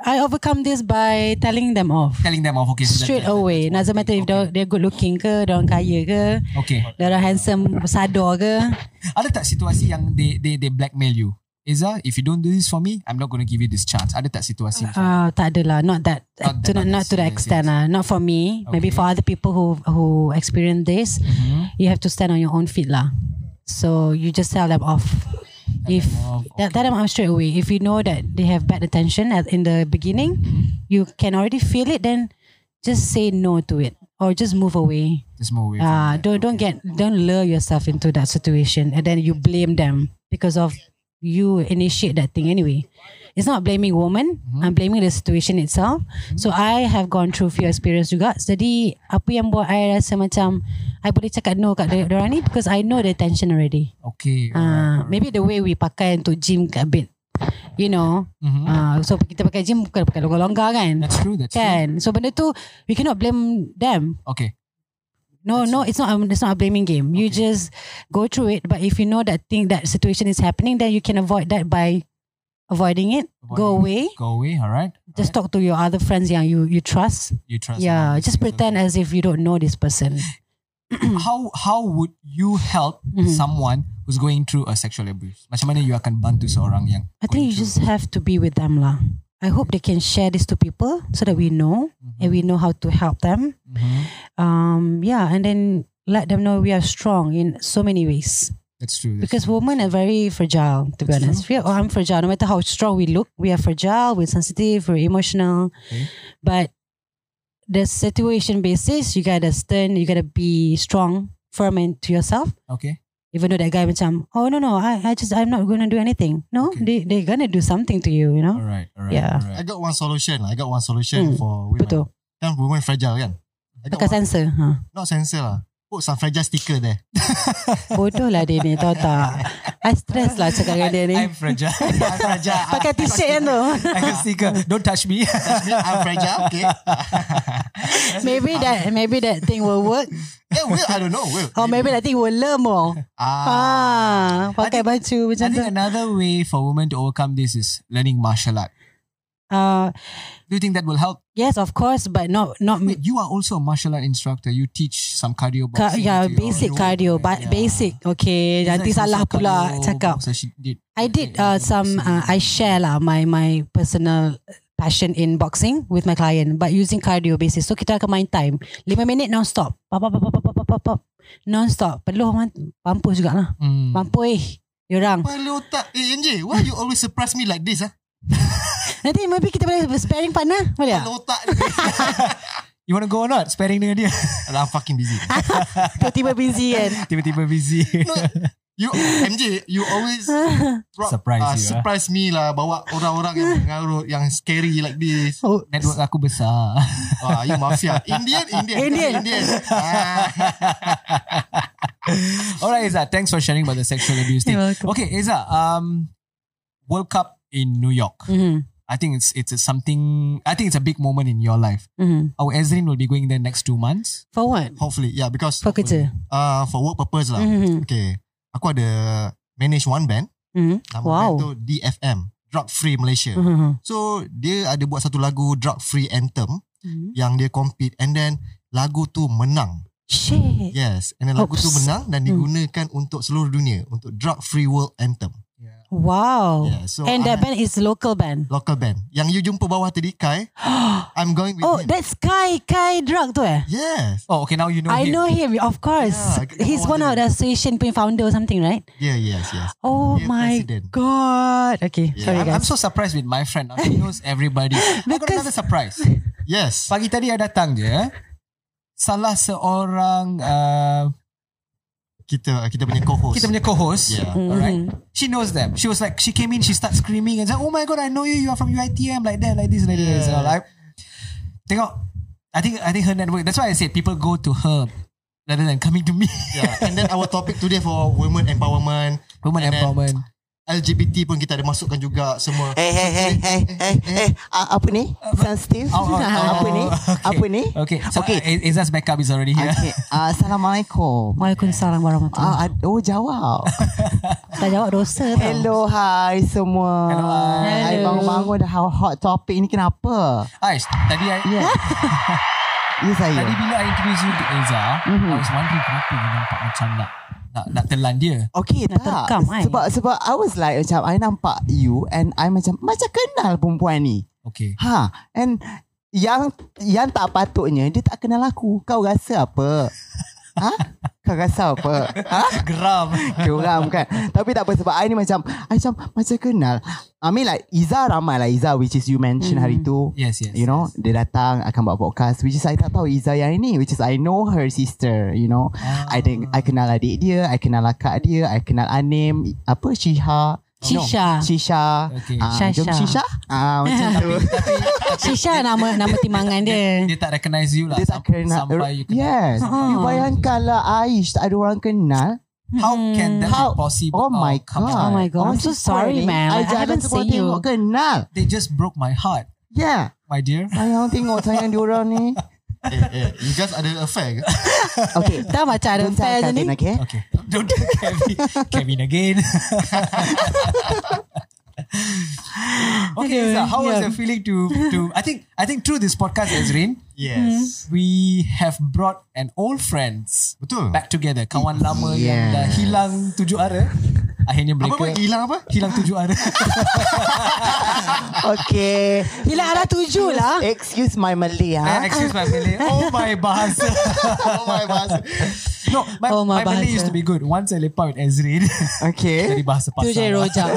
[SPEAKER 3] I overcome this by telling them off
[SPEAKER 1] telling them off. Okay, so that-
[SPEAKER 3] Straight
[SPEAKER 1] that- that-
[SPEAKER 3] away Doesn't matter
[SPEAKER 1] Okay.
[SPEAKER 3] if they're, they're good looking ke They're kaya ke
[SPEAKER 1] Okay.
[SPEAKER 3] They're handsome Sador ke
[SPEAKER 1] Ada tak situasi yang they they they blackmail you? Iza, if you don't do this for me, I'm not going to give you this chance. Ada tak situasi? macam-
[SPEAKER 3] uh, Tak adalah Not that
[SPEAKER 1] Not
[SPEAKER 3] Not,
[SPEAKER 1] that-
[SPEAKER 3] to, not,
[SPEAKER 1] not
[SPEAKER 3] not to
[SPEAKER 1] that
[SPEAKER 3] the
[SPEAKER 1] serious,
[SPEAKER 3] extent
[SPEAKER 1] yes.
[SPEAKER 3] lah Not for me Maybe
[SPEAKER 1] Okay.
[SPEAKER 3] for other people who Who experience this
[SPEAKER 1] Mhm.
[SPEAKER 3] you have to stand on your own feet lah. So you just tell them off. If
[SPEAKER 1] them off,
[SPEAKER 3] tell, tell them off straight away. If you know that they have bad attention at, in the beginning,
[SPEAKER 1] Mm-hmm.
[SPEAKER 3] you can already feel it. Then just say no to it or just move away.
[SPEAKER 1] Just move away. from
[SPEAKER 3] Uh,
[SPEAKER 1] that.
[SPEAKER 3] don't don't get don't lure yourself into that situation and then you blame them because of you initiate that thing anyway. It's not blaming woman.
[SPEAKER 1] Mm-hmm.
[SPEAKER 3] I'm blaming the situation itself. So I have gone through few experience juga. Jadi apa yang buat I rasa macam I boleh cakap no kat dia orang ni because I know the tension already.
[SPEAKER 1] Okay. alright,
[SPEAKER 3] Uh, maybe the way we pakai untuk gym kat bit. You know.
[SPEAKER 1] Mhm.
[SPEAKER 3] Uh, so kita pakai gym bukan pakai longgar-longgar kan.
[SPEAKER 1] That's true. That's true.
[SPEAKER 3] Kan. So benda tu we cannot blame them.
[SPEAKER 1] Okay.
[SPEAKER 3] No, no, it's not. um, It's not a blaming game. You just go through it. But if you know that thing, that situation is happening, then you can avoid that by avoiding it.
[SPEAKER 1] Avoiding
[SPEAKER 3] go away.
[SPEAKER 1] Go away. All right.
[SPEAKER 3] Just talk to your other friends, yeah, you you trust.
[SPEAKER 1] You trust.
[SPEAKER 3] yeah,
[SPEAKER 1] me.
[SPEAKER 3] just pretend as if you don't know this person.
[SPEAKER 1] How how would you help
[SPEAKER 3] Mm-hmm.
[SPEAKER 1] someone who's going through a sexual abuse? Macam mana you akan bantu seorang yang?
[SPEAKER 3] I think you just have to be with them, lah. I hope they can share this to people so that we know and we know how to help them.
[SPEAKER 1] Mhm.
[SPEAKER 3] Um, yeah, and then let them know we are strong in so many ways.
[SPEAKER 1] That's true. That's
[SPEAKER 3] Because women are very fragile, to be
[SPEAKER 1] That's
[SPEAKER 3] honest. We are, oh, I'm fragile. No matter how strong we look, we are fragile, we're sensitive, we're emotional.
[SPEAKER 1] Okay.
[SPEAKER 3] But the situation basis, you gotta stand, you gotta be strong, firm and to yourself.
[SPEAKER 1] okay.
[SPEAKER 3] Even though that guy macam, oh no no, I, I just I'm not gonna do anything. No,
[SPEAKER 1] Okay.
[SPEAKER 3] they they're gonna do something to you, you know.
[SPEAKER 1] All right. All right.
[SPEAKER 3] Yeah.
[SPEAKER 1] All right.
[SPEAKER 2] I got one solution. lah. I got one solution
[SPEAKER 3] Hmm.
[SPEAKER 2] for women.
[SPEAKER 3] Betul.
[SPEAKER 2] Kan women fragile kan? I got
[SPEAKER 3] Pakai sensor. Ha.
[SPEAKER 2] one, not sensor lah. Put some fragile sticker there.
[SPEAKER 3] Bodoh lah dia ni, tahu tak? I stress lah cakap dengan dia ni.
[SPEAKER 1] I'm fragile. I'm fragile.
[SPEAKER 3] Pakai t-shirt kan tu.
[SPEAKER 1] I'm a seeker. Don't touch me.
[SPEAKER 2] I'm fragile, okay.
[SPEAKER 3] maybe that maybe that thing will work.
[SPEAKER 2] Yeah, will, Eh, I don't know, will.
[SPEAKER 3] Or Oh, maybe that thing will learn more.
[SPEAKER 2] Ah,
[SPEAKER 3] Ah, pakai baju macam
[SPEAKER 1] I
[SPEAKER 3] tu.
[SPEAKER 1] think another way for women to overcome this is learning martial art.
[SPEAKER 3] Uh,
[SPEAKER 1] Do you think that will help?
[SPEAKER 3] yes, of course, but not not
[SPEAKER 1] Wait, you are also a martial art instructor. You teach some cardio boxing.
[SPEAKER 3] Ka- oh, yeah,
[SPEAKER 1] to your-
[SPEAKER 3] basic cardio, but basic. Okay,
[SPEAKER 1] Is that
[SPEAKER 3] nanti
[SPEAKER 1] also
[SPEAKER 3] salah pula
[SPEAKER 1] cardio
[SPEAKER 3] cakap.
[SPEAKER 1] boxer she did?
[SPEAKER 3] I did uh, some. Uh, I share lah my my personal passion in boxing with my client, but using cardio basis. So kita akan main time 5 minit non-stop. Pop pop pop pop pop pop pop pop non-stop. Perlu man- mampus juga lah.
[SPEAKER 1] Mm.
[SPEAKER 3] Mampu eh. Diorang
[SPEAKER 2] perlu tak? Eh, NJ, why you always surprise me like this ah?
[SPEAKER 3] Nanti maybe kita boleh Sparing partner Boleh tak?
[SPEAKER 2] Perlu tak ni?
[SPEAKER 1] You want to go or not? Sparing dengan dia.
[SPEAKER 2] Alah, I'm fucking busy.
[SPEAKER 3] Tiba-tiba busy kan
[SPEAKER 1] Tiba-tiba busy.
[SPEAKER 2] No, you MJ, you always
[SPEAKER 3] Oh,
[SPEAKER 2] drop,
[SPEAKER 1] Surprise
[SPEAKER 2] ah,
[SPEAKER 1] you, ah.
[SPEAKER 2] surprise me lah bawa orang-orang yang mengarut, yang scary like this.
[SPEAKER 3] oh,
[SPEAKER 1] Network aku besar.
[SPEAKER 2] Wah, you mafia. Indian, Indian,
[SPEAKER 3] Indian.
[SPEAKER 2] Indian. Ah.
[SPEAKER 1] Alright, Iza. Thanks for sharing about the sexual abuse thing.
[SPEAKER 3] You're welcome.
[SPEAKER 1] Okay, Iza. Um, World Cup in New York.
[SPEAKER 3] Mhm,
[SPEAKER 1] I think it's it's a something. I think it's a big moment in your life.
[SPEAKER 3] mhm.
[SPEAKER 1] Our Ezrin will be going there next two months.
[SPEAKER 3] For what?
[SPEAKER 2] Hopefully, yeah, because
[SPEAKER 3] For kerja
[SPEAKER 2] uh, for work purpose lah.
[SPEAKER 3] Mhm.
[SPEAKER 2] Okay, aku ada manage one band.
[SPEAKER 3] Mhm.
[SPEAKER 2] Nama band
[SPEAKER 3] Wow.
[SPEAKER 2] tu DFM, Drug Free Malaysia.
[SPEAKER 3] Mhm.
[SPEAKER 2] So dia ada buat satu lagu Drug Free Anthem
[SPEAKER 3] Mhm.
[SPEAKER 2] yang dia compete and then lagu tu menang.
[SPEAKER 3] Shit.
[SPEAKER 2] Yes, and then lagu tu
[SPEAKER 3] Oops. Hmm.
[SPEAKER 2] menang dan digunakan untuk seluruh dunia untuk Drug Free World Anthem.
[SPEAKER 3] Wow.
[SPEAKER 2] Yeah, so
[SPEAKER 3] Oh. And that
[SPEAKER 2] I'm-
[SPEAKER 3] band is local band.
[SPEAKER 2] Local band yang you jumpa bawah tadi Kai, I'm going with him.
[SPEAKER 3] Oh, that's Kai Kai Drug tu eh?
[SPEAKER 2] yes.
[SPEAKER 1] Oh, okay. Now you know.
[SPEAKER 3] I
[SPEAKER 1] him.
[SPEAKER 3] know him, of course.
[SPEAKER 2] Yeah, kita
[SPEAKER 3] He's
[SPEAKER 2] bawa
[SPEAKER 3] one of
[SPEAKER 2] dia.
[SPEAKER 3] the association punya founder or something, right?
[SPEAKER 2] Yeah, yes, yes.
[SPEAKER 3] Oh
[SPEAKER 2] Dia
[SPEAKER 3] my
[SPEAKER 2] president.
[SPEAKER 3] god. Okay,
[SPEAKER 2] Yeah.
[SPEAKER 3] sorry
[SPEAKER 1] I'm, I'm
[SPEAKER 3] guys.
[SPEAKER 1] so surprised with my friend. Now He knows everybody. I got
[SPEAKER 3] Because-
[SPEAKER 1] another surprise.
[SPEAKER 2] Yes.
[SPEAKER 1] Pagi eh? tadi dia datang je. Salah seorang uh,
[SPEAKER 2] kita kita punya co-host.
[SPEAKER 1] kita punya co-host.
[SPEAKER 2] Yeah.
[SPEAKER 1] All right. She knows them. She was like, she came in, she starts screaming and said, "Oh my god, I know you. You are from UITM, like that, like this, like this." And I'm like, tengok, I think I think her network. That's why I said people go to her rather than coming to me.
[SPEAKER 2] yeah. And then our topic today for women empowerment,
[SPEAKER 1] Women
[SPEAKER 2] And then-
[SPEAKER 1] empowerment.
[SPEAKER 2] LGBT pun kita ada masukkan juga semua.
[SPEAKER 4] Hey, hey, hey, hey, hey, hey. Ah, apa ni? Sensitif.
[SPEAKER 1] Oh, oh, oh,
[SPEAKER 4] apa ni?
[SPEAKER 1] okay.
[SPEAKER 4] Apa ni?
[SPEAKER 1] Okay. So
[SPEAKER 4] Okay.
[SPEAKER 1] okay. Uh, Izzat's backup is already here.
[SPEAKER 4] Okay. Ah, Assalamualaikum.
[SPEAKER 3] Waalaikumsalam warahmatullahi
[SPEAKER 4] Ah, ad- oh jawab.
[SPEAKER 3] Tak jawab dosa tau.
[SPEAKER 4] Hello, hi semua.
[SPEAKER 1] Hello, hi.
[SPEAKER 4] Hai bangun-bangun dah hot hot topic ni kenapa?
[SPEAKER 1] Aish, tadi I,
[SPEAKER 4] Ya. Ya saya.
[SPEAKER 1] tadi bila I introduce you to Elza,
[SPEAKER 4] Hmm.
[SPEAKER 1] I was wondering kenapa you nampak macam nak nak, nak telan dia.
[SPEAKER 4] Okay
[SPEAKER 3] Nak
[SPEAKER 4] tak
[SPEAKER 3] terekam, ai.
[SPEAKER 4] Sebab sebab I was like Macam I nampak you And I macam Macam kenal perempuan ni
[SPEAKER 1] Okay.
[SPEAKER 4] Ha And Yang Yang tak patutnya Dia tak kenal aku Kau rasa apa Ha Kau rasa apa Ha
[SPEAKER 1] Geram.
[SPEAKER 4] Geram kan Tapi tak apa Sebab I ni macam I macam Macam kenal I mean like Iza ramai lah Iza which is you mention hari
[SPEAKER 3] Hmm.
[SPEAKER 4] tu
[SPEAKER 1] Yes, yes,
[SPEAKER 4] You know Dia datang Akan buat podcast Which is I tak tahu Iza yang ini Which is I know her sister You know
[SPEAKER 3] Ah.
[SPEAKER 4] I think I kenal adik dia I kenal akak dia I kenal Anim Apa Shiha
[SPEAKER 3] Shisha.
[SPEAKER 4] no, Shisha
[SPEAKER 1] Okay.
[SPEAKER 4] Ah, Jom
[SPEAKER 3] Shasha.
[SPEAKER 4] Shisha ah, Macam tu
[SPEAKER 3] Shisha nama nama timangan dia.
[SPEAKER 1] Dia tak recognize you lah.
[SPEAKER 4] Dia
[SPEAKER 1] sam-
[SPEAKER 4] tak kenal
[SPEAKER 1] Sampai you kenal.
[SPEAKER 4] Yes You bayangkan lah Aish Tak ada orang kenal
[SPEAKER 1] How can that be
[SPEAKER 4] How-
[SPEAKER 1] possible?
[SPEAKER 4] Oh my
[SPEAKER 1] come
[SPEAKER 4] god.
[SPEAKER 3] Oh
[SPEAKER 1] on.
[SPEAKER 3] my god, I'm so sorry, man. Like, I
[SPEAKER 4] I, jalan
[SPEAKER 3] haven't
[SPEAKER 4] semua
[SPEAKER 3] seen you.
[SPEAKER 4] tengok kenal.
[SPEAKER 1] They just broke my heart,
[SPEAKER 4] Yeah.
[SPEAKER 1] my dear.
[SPEAKER 4] Sayang tengok sayang diorang ni.
[SPEAKER 2] eh, eh, you guys ada affair ke?
[SPEAKER 4] Okay.
[SPEAKER 3] Tak macam ada
[SPEAKER 4] Don't
[SPEAKER 3] fair je
[SPEAKER 4] tell
[SPEAKER 3] ni.
[SPEAKER 4] Kevin, okay?
[SPEAKER 1] Okay. Don't do Kevin, Kevin again. okay, so how was
[SPEAKER 3] Yeah.
[SPEAKER 1] your feeling to to I think I think through this podcast, Ezrin,
[SPEAKER 3] Hmm.
[SPEAKER 2] Yes.
[SPEAKER 1] we have brought an old friends
[SPEAKER 2] Betul.
[SPEAKER 1] back together. Kawan lama yang dah
[SPEAKER 4] Yes.
[SPEAKER 1] hilang tujuh ara. Akhirnya
[SPEAKER 2] Apa
[SPEAKER 1] mereka
[SPEAKER 2] apa hilang apa?
[SPEAKER 1] hilang tujuh ara.
[SPEAKER 4] Okay.
[SPEAKER 3] Bila arah tujuh lah.
[SPEAKER 4] Excuse my
[SPEAKER 1] Eh,
[SPEAKER 4] Malay, ha?
[SPEAKER 1] Excuse my Malay. Oh my bahasa.
[SPEAKER 2] Oh my bahasa.
[SPEAKER 1] No, my,
[SPEAKER 3] Oh, my
[SPEAKER 1] my, Malay
[SPEAKER 3] bahasa.
[SPEAKER 1] used to be good. Once I lepak with Ezrin, jadi
[SPEAKER 4] Okay.
[SPEAKER 1] bahasa
[SPEAKER 3] Tu je
[SPEAKER 1] pasar. lah.
[SPEAKER 3] rojak.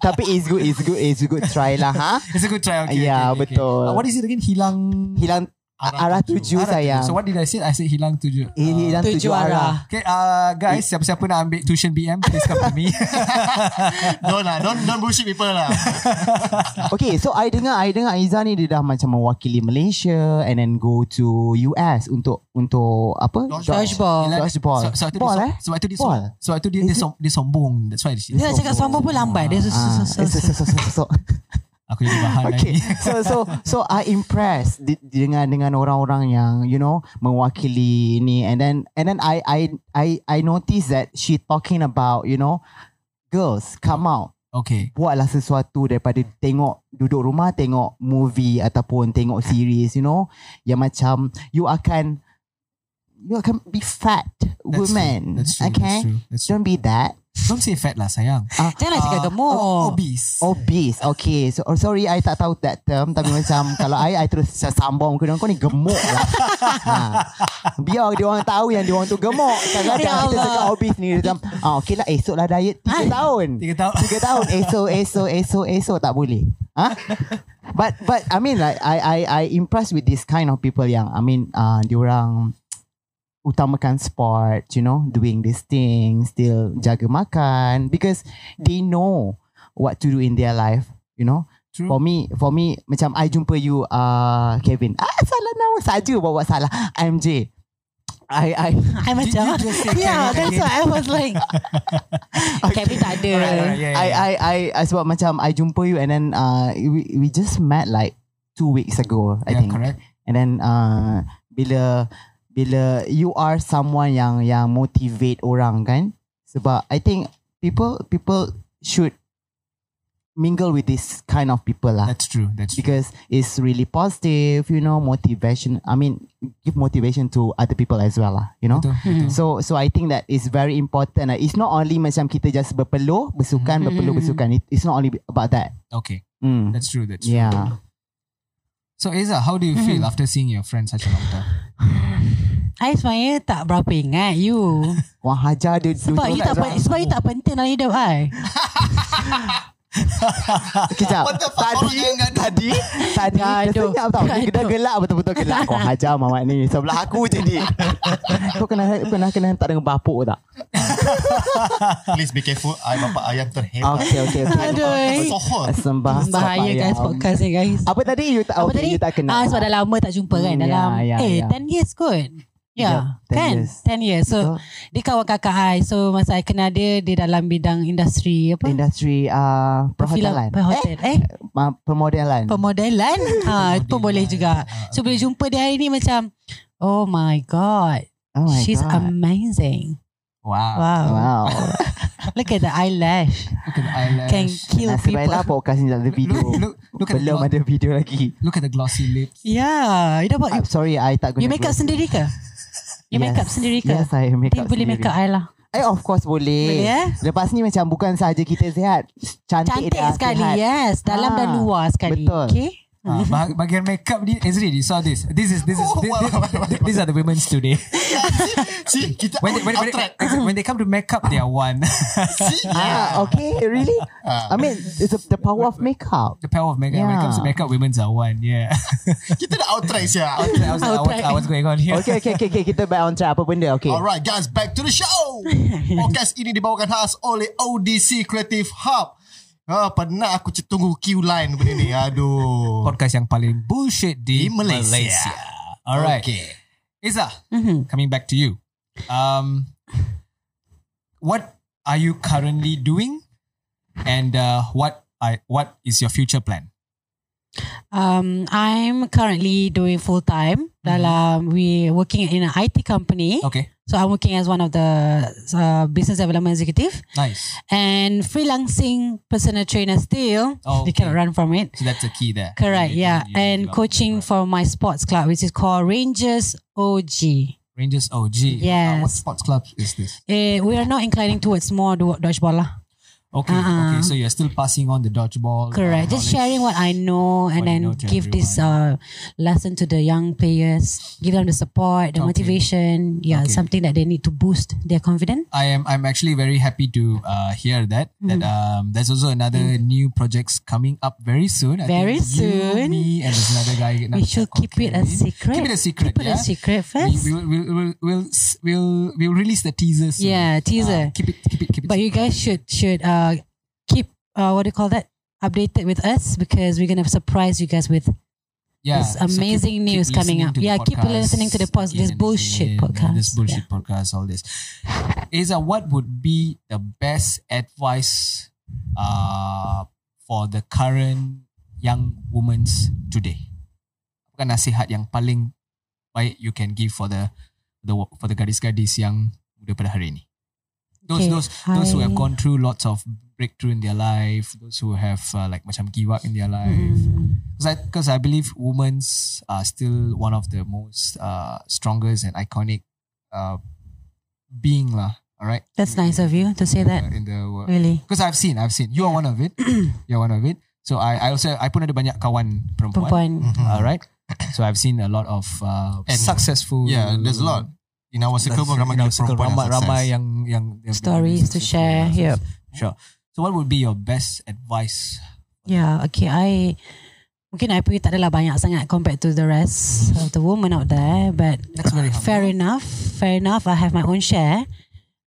[SPEAKER 4] Tapi it's good, it's good, it's good try lah, ha?
[SPEAKER 1] It's a good try. Okay,
[SPEAKER 4] Yeah,
[SPEAKER 1] okay, okay.
[SPEAKER 4] betul.
[SPEAKER 1] Uh, what is it again? Hilang
[SPEAKER 4] Hilang arah, tuju,
[SPEAKER 1] Arah
[SPEAKER 4] sayang.
[SPEAKER 1] So what did I say? I said hilang tujuh.
[SPEAKER 4] Eh, hilang tuju,
[SPEAKER 3] Tujuh arah.
[SPEAKER 4] arah.
[SPEAKER 1] Okay, uh, guys, siapa-siapa nak ambil tuition BM, please come to me.
[SPEAKER 2] Don't lah. Don't, don't bullshit people lah.
[SPEAKER 4] Okay, so I dengar, I dengar Iza ni dia dah macam mewakili Malaysia and then go to US untuk untuk apa?
[SPEAKER 2] Dodgeball.
[SPEAKER 3] Dodgeball.
[SPEAKER 4] Dodgeball.
[SPEAKER 1] So, so,
[SPEAKER 4] Ball,
[SPEAKER 1] dia,
[SPEAKER 4] eh?
[SPEAKER 1] som- so, itu dia,
[SPEAKER 4] Ball.
[SPEAKER 1] som- so, itu dia, dia, som- dia sombong. That's why she,
[SPEAKER 3] Dia nak cakap sombong pun lambat. Dia
[SPEAKER 4] Ah,
[SPEAKER 3] susu
[SPEAKER 4] so, so, so, so, so.
[SPEAKER 1] aku jadi bahan
[SPEAKER 4] Okay.
[SPEAKER 1] lagi.
[SPEAKER 4] so so so I impressed di- dengan dengan orang-orang yang you know mewakili ni and then and then I I I I noticed that she talking about you know girls come out
[SPEAKER 1] Okay.
[SPEAKER 4] buatlah sesuatu daripada tengok duduk rumah tengok movie ataupun tengok series you know yang macam you akan you akan be fat
[SPEAKER 1] That's
[SPEAKER 4] woman
[SPEAKER 1] true. That's true.
[SPEAKER 4] okay
[SPEAKER 1] That's true. That's true.
[SPEAKER 4] don't be that
[SPEAKER 1] Don't say fat lah, sayang.
[SPEAKER 3] Jangan cakap
[SPEAKER 1] Oh.
[SPEAKER 3] gemuk.
[SPEAKER 1] Obese.
[SPEAKER 4] Obese Okay so, oh, Sorry I tak tahu that term Tapi macam Kalau I I terus macam sambung Kau kau ni gemuk lah ha. Biar dia orang tahu Yang dia orang tu gemuk
[SPEAKER 3] Ya
[SPEAKER 4] Kadang-kadang kita
[SPEAKER 3] Allah.
[SPEAKER 4] cakap obese ni Dia macam ah, Okay lah esok lah diet 3 tahun
[SPEAKER 1] Tiga tahun.
[SPEAKER 4] 3 tahun Esok esok esok esok Tak boleh ha? But but I mean like I I I impressed with this kind of people yang I mean uh, diorang utamakan sport, you know, doing this thing, still jaga makan because they know what to do in their life, you know.
[SPEAKER 1] True.
[SPEAKER 4] For me, for me, macam I jumpa you, uh, Kevin. Ah, salah nama saja bawa salah. MJ. I, I,
[SPEAKER 3] I macam.
[SPEAKER 1] you just say
[SPEAKER 3] Yeah,
[SPEAKER 1] Kevin
[SPEAKER 3] that's
[SPEAKER 1] again?
[SPEAKER 3] why I was like. Kevin
[SPEAKER 1] Alright,
[SPEAKER 3] tak ada.
[SPEAKER 1] alright, yeah,
[SPEAKER 4] I,
[SPEAKER 1] yeah.
[SPEAKER 4] I, I, I, sebab macam I jumpa you and then uh, we, we just met like two weeks ago, I
[SPEAKER 1] yeah,
[SPEAKER 4] think.
[SPEAKER 1] correct.
[SPEAKER 4] And then uh, bila bila you are someone yang yang motivate orang kan sebab I think people people should mingle with this kind of people lah
[SPEAKER 1] That's true. That's true.
[SPEAKER 4] because it's really positive you know motivation I mean give motivation to other people as well lah you know
[SPEAKER 1] Betul,
[SPEAKER 3] Hmm.
[SPEAKER 1] betul.
[SPEAKER 4] So so I think that is very important. lah. It's not only macam kita just berpeluh,
[SPEAKER 3] Hmm.
[SPEAKER 4] bersukan, berpeluh, bersukan. It, it's not only about that.
[SPEAKER 1] Okay.
[SPEAKER 4] Mm.
[SPEAKER 1] That's true. That's true.
[SPEAKER 4] Yeah.
[SPEAKER 1] So, Eza, how do you feel after seeing your friend such a long time?
[SPEAKER 3] I sebenarnya tak berapa ingat you.
[SPEAKER 4] Wah hajar dia
[SPEAKER 3] Sebab you tak pen- sebab you tak penting dalam hidup I.
[SPEAKER 4] Kejap.
[SPEAKER 2] What the fuck? Orang
[SPEAKER 4] Tadi
[SPEAKER 2] yang gaduh.
[SPEAKER 4] tadi tadi
[SPEAKER 3] Gaduh.
[SPEAKER 4] tersenyap tau. Dia kena
[SPEAKER 3] Gaduh.
[SPEAKER 4] gelak betul-betul gelak. Kau hajar mamat ni sebelah aku je ni. Kau kena kena kena hantar dengan bapuk tak?
[SPEAKER 2] Please be careful. I bapak ayam terhebat.
[SPEAKER 4] Okay okay okay.
[SPEAKER 3] Aduh. eh.
[SPEAKER 2] Sohor.
[SPEAKER 4] Sembah
[SPEAKER 3] Bahaya guys
[SPEAKER 4] sapayang.
[SPEAKER 3] podcast ni guys.
[SPEAKER 4] Apa tadi you tak
[SPEAKER 3] Apa
[SPEAKER 4] okay,
[SPEAKER 3] tadi?
[SPEAKER 4] you tak
[SPEAKER 3] Ah,
[SPEAKER 4] kena.
[SPEAKER 3] sebab dah lama tak jumpa kan
[SPEAKER 4] Hmm,
[SPEAKER 3] dalam
[SPEAKER 4] ya, ya,
[SPEAKER 3] eh
[SPEAKER 4] ya.
[SPEAKER 3] 10 years kot. Ya,
[SPEAKER 4] Ya, 10
[SPEAKER 3] kan?
[SPEAKER 4] years.
[SPEAKER 3] 10 years. So, dia kawan kakak I. So, masa I kenal dia, dia dalam bidang industri apa?
[SPEAKER 4] industri uh,
[SPEAKER 3] Perfilm-
[SPEAKER 4] perhotelan.
[SPEAKER 3] Perhotelan. Eh,
[SPEAKER 4] Ma- pemodelan.
[SPEAKER 3] pemodelan. ha, Ah, itu boleh juga. So, bila jumpa dia hari ni macam, oh my god,
[SPEAKER 4] oh my
[SPEAKER 3] she's
[SPEAKER 4] god.
[SPEAKER 3] amazing.
[SPEAKER 1] Wow.
[SPEAKER 3] Wow.
[SPEAKER 4] wow.
[SPEAKER 3] Look at the eyelash.
[SPEAKER 1] Look at the eyelash.
[SPEAKER 3] Can kill
[SPEAKER 4] Nasib lah. baiklah
[SPEAKER 3] people.
[SPEAKER 4] podcast ni tak ada video.
[SPEAKER 1] Look, look, look, at the
[SPEAKER 4] Belum
[SPEAKER 1] glo-
[SPEAKER 4] ada video lagi.
[SPEAKER 1] look at the glossy lips.
[SPEAKER 3] Yeah, Ya, you dah buat
[SPEAKER 4] I'm sorry, I tak guna.
[SPEAKER 3] You make up sendiri ke? You
[SPEAKER 4] Yes.
[SPEAKER 3] make up sendiri ke?
[SPEAKER 4] Yes, I make
[SPEAKER 3] Dia
[SPEAKER 4] up
[SPEAKER 3] boleh make
[SPEAKER 4] sendiri.
[SPEAKER 3] up I lah.
[SPEAKER 4] Eh of course
[SPEAKER 3] Boleh,
[SPEAKER 4] boleh.
[SPEAKER 3] eh?
[SPEAKER 4] Lepas ni macam bukan sahaja kita sihat. Cantik,
[SPEAKER 3] Cantik
[SPEAKER 4] dah,
[SPEAKER 3] sekali, ya.
[SPEAKER 4] sihat.
[SPEAKER 3] yes. Dalam
[SPEAKER 4] Ah,
[SPEAKER 3] dan luar sekali.
[SPEAKER 4] betul.
[SPEAKER 3] Okay?
[SPEAKER 1] Ah, bah- bagian makeup ni Ezri you saw this this is this is this, this- these are the women's today
[SPEAKER 2] See, kita
[SPEAKER 1] when they, when, when,
[SPEAKER 2] outtrack.
[SPEAKER 1] when they come to makeup they are one
[SPEAKER 2] See?
[SPEAKER 4] Ah, okay, really?
[SPEAKER 1] Ah.
[SPEAKER 4] I mean, it's the, the power of makeup.
[SPEAKER 1] the power of makeup
[SPEAKER 4] Yeah.
[SPEAKER 1] when it comes to makeup women's are one yeah
[SPEAKER 2] Kita dah outtrack siya.
[SPEAKER 1] I was like,
[SPEAKER 3] I'll
[SPEAKER 1] "Ah, what,
[SPEAKER 3] try.
[SPEAKER 1] ah, what's going on here
[SPEAKER 4] Okay, okay, okay, okay. Kita back on track. Apa benda? Okay.
[SPEAKER 2] Alright guys, back to the show. Podcast ini dibawakan khas oleh ODC Creative Hub. Ah, pernah aku c- tunggu queue line benda ni. Aduh.
[SPEAKER 1] podcast yang paling bullshit di,
[SPEAKER 2] Di Malaysia.
[SPEAKER 1] Malaysia. Alright.
[SPEAKER 2] Okay.
[SPEAKER 1] Isa,
[SPEAKER 3] Mhm.
[SPEAKER 1] coming back to you. Um, what are you currently doing, and uh, what I what is your future plan?
[SPEAKER 3] Um, I'm currently doing full time. Dalam we working in an IT company.
[SPEAKER 1] Okay,
[SPEAKER 3] So I'm working as one of the uh, business development executive
[SPEAKER 1] nice.
[SPEAKER 3] and freelancing personal trainer still.
[SPEAKER 1] Oh,
[SPEAKER 3] You cannot
[SPEAKER 1] okay.
[SPEAKER 3] run from it.
[SPEAKER 1] So that's a key there.
[SPEAKER 3] Correct,
[SPEAKER 1] You- you-
[SPEAKER 3] yeah.
[SPEAKER 1] you- you
[SPEAKER 3] And
[SPEAKER 1] love-
[SPEAKER 3] coaching for my sports club, which is called Rangers OG.
[SPEAKER 1] Rangers OG.
[SPEAKER 3] Yes.
[SPEAKER 1] Uh, what sports club is this?
[SPEAKER 3] Eh, we are not inclining towards more do- dodgeball lah.
[SPEAKER 1] Okay,
[SPEAKER 3] Uh-uh.
[SPEAKER 1] okay. So you're still passing on the dodgeball. uh,
[SPEAKER 3] Correct.
[SPEAKER 1] knowledge.
[SPEAKER 3] Just sharing what I know
[SPEAKER 1] What you
[SPEAKER 3] and then
[SPEAKER 1] know to
[SPEAKER 3] give this uh, lesson to the young players. Give them the support,
[SPEAKER 1] Okay.
[SPEAKER 3] the motivation. Yeah,
[SPEAKER 1] Okay.
[SPEAKER 3] something that they need to boost their confidence.
[SPEAKER 1] I am. I'm actually very happy to uh, hear that. That
[SPEAKER 3] Mm-hmm.
[SPEAKER 1] um, there's also another new projects coming up very soon. I
[SPEAKER 3] Mm. Very
[SPEAKER 1] think You,
[SPEAKER 3] soon.
[SPEAKER 1] me and there's another guy.
[SPEAKER 3] we should keep it a secret.
[SPEAKER 1] Keep it a secret.
[SPEAKER 3] Keep
[SPEAKER 1] yeah?
[SPEAKER 3] it a secret
[SPEAKER 1] We,
[SPEAKER 3] first.
[SPEAKER 1] will we'll, we'll, we'll, s- we'll, we'll release the teaser soon.
[SPEAKER 3] yeah,
[SPEAKER 1] Uh,
[SPEAKER 3] teaser.
[SPEAKER 1] keep it. Keep it. Keep it.
[SPEAKER 3] but you guys should should uh keep uh what do you call that updated with us because we're gonna surprise you guys with
[SPEAKER 1] yeah.
[SPEAKER 3] It's
[SPEAKER 1] so keep-
[SPEAKER 3] amazing
[SPEAKER 1] keep
[SPEAKER 3] news coming
[SPEAKER 1] listening
[SPEAKER 3] up.
[SPEAKER 1] to the
[SPEAKER 3] Yeah, keep
[SPEAKER 1] podcast
[SPEAKER 3] listening to the podcast.
[SPEAKER 1] again
[SPEAKER 3] This
[SPEAKER 1] and
[SPEAKER 3] bullshit
[SPEAKER 1] again, and This
[SPEAKER 3] podcast.
[SPEAKER 1] bullshit podcast. All this. Isa, what would be the best advice uh, for the current young women's today? Apa nasihat yang paling baik you can give for the the for the gadis-gadis yang muda pada hari ini? Those
[SPEAKER 3] Okay,
[SPEAKER 1] those those who have
[SPEAKER 3] I-
[SPEAKER 1] gone through lots of breakthrough in their life, those who have uh, like macam give up in their life.
[SPEAKER 3] Mm.
[SPEAKER 1] Because I, 'cause I believe women's are still one of the most uh, strongest and iconic uh, being lah. All right.
[SPEAKER 3] That's nice of you to say that.
[SPEAKER 1] In the world.
[SPEAKER 3] Really.
[SPEAKER 1] Because I've seen, I've seen. You are one of it. You're one of it. So I, I also I pun ada banyak kawan perempuan.
[SPEAKER 3] Perempuan.
[SPEAKER 1] All right. So I've seen a lot of uh,
[SPEAKER 2] And-
[SPEAKER 1] successful.
[SPEAKER 2] Yeah, there's a lot. In our circle pun
[SPEAKER 1] You
[SPEAKER 2] ramai
[SPEAKER 1] know,
[SPEAKER 2] gila
[SPEAKER 1] circle
[SPEAKER 2] perempuan
[SPEAKER 1] ramai,
[SPEAKER 2] yang
[SPEAKER 1] ramai
[SPEAKER 2] sukses.
[SPEAKER 1] yang, yang, yang
[SPEAKER 3] Stories to share, yeah.
[SPEAKER 1] Sure. So what would be your best advice?
[SPEAKER 3] Yeah, okay. I mungkin I punya tak adalah banyak sangat compared to the rest of the women out there, but
[SPEAKER 1] That's very humble.
[SPEAKER 3] fair enough. Fair enough. I have my own share.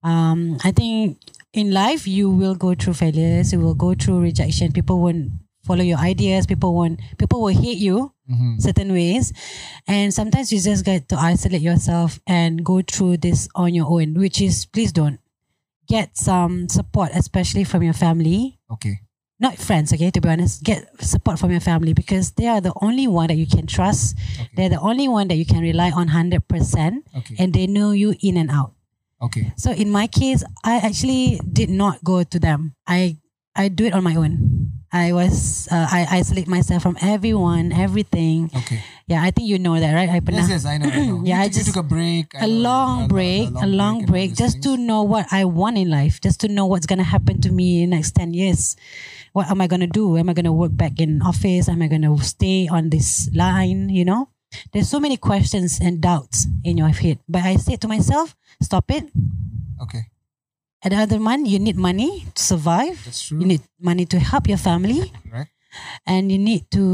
[SPEAKER 3] Um, I think in life you will go through failures. You will go through rejection. People won't follow your ideas. People won't. People will hate you
[SPEAKER 1] Mhm.
[SPEAKER 3] certain ways, and sometimes you just get to isolate yourself and go through this on your own. Which is please don't get some support, especially from your family
[SPEAKER 1] Okay.
[SPEAKER 3] not friends, okay, to be honest, get support from your family because they are the only one that you can trust. They're the only one that you can rely on 100%
[SPEAKER 1] Okay.
[SPEAKER 3] and they know you in and out.
[SPEAKER 1] okay.
[SPEAKER 3] So in my case, I actually did not go to them. I I do it on my own. I was uh, I isolate myself from everyone, everything.
[SPEAKER 1] Okay.
[SPEAKER 3] Yeah, I think you know that, right? I
[SPEAKER 1] Yes, yes, I know. I know.
[SPEAKER 3] Yeah,
[SPEAKER 1] you,
[SPEAKER 3] I
[SPEAKER 1] took- you
[SPEAKER 3] just-
[SPEAKER 1] took a break. I
[SPEAKER 3] a
[SPEAKER 1] know,
[SPEAKER 3] long break, a long break, just to know what I want in life, just to know what's gonna happen to me in next ten years. What am I gonna do? Am I gonna work back in office? Am I gonna stay on this line? You know, there's so many questions and doubts in your head. But I said to myself, stop it,
[SPEAKER 1] Okay.
[SPEAKER 3] At the other one, you need money to survive.
[SPEAKER 1] That's
[SPEAKER 3] You
[SPEAKER 1] true.
[SPEAKER 3] need money to help your family,
[SPEAKER 1] Right?
[SPEAKER 3] and you need to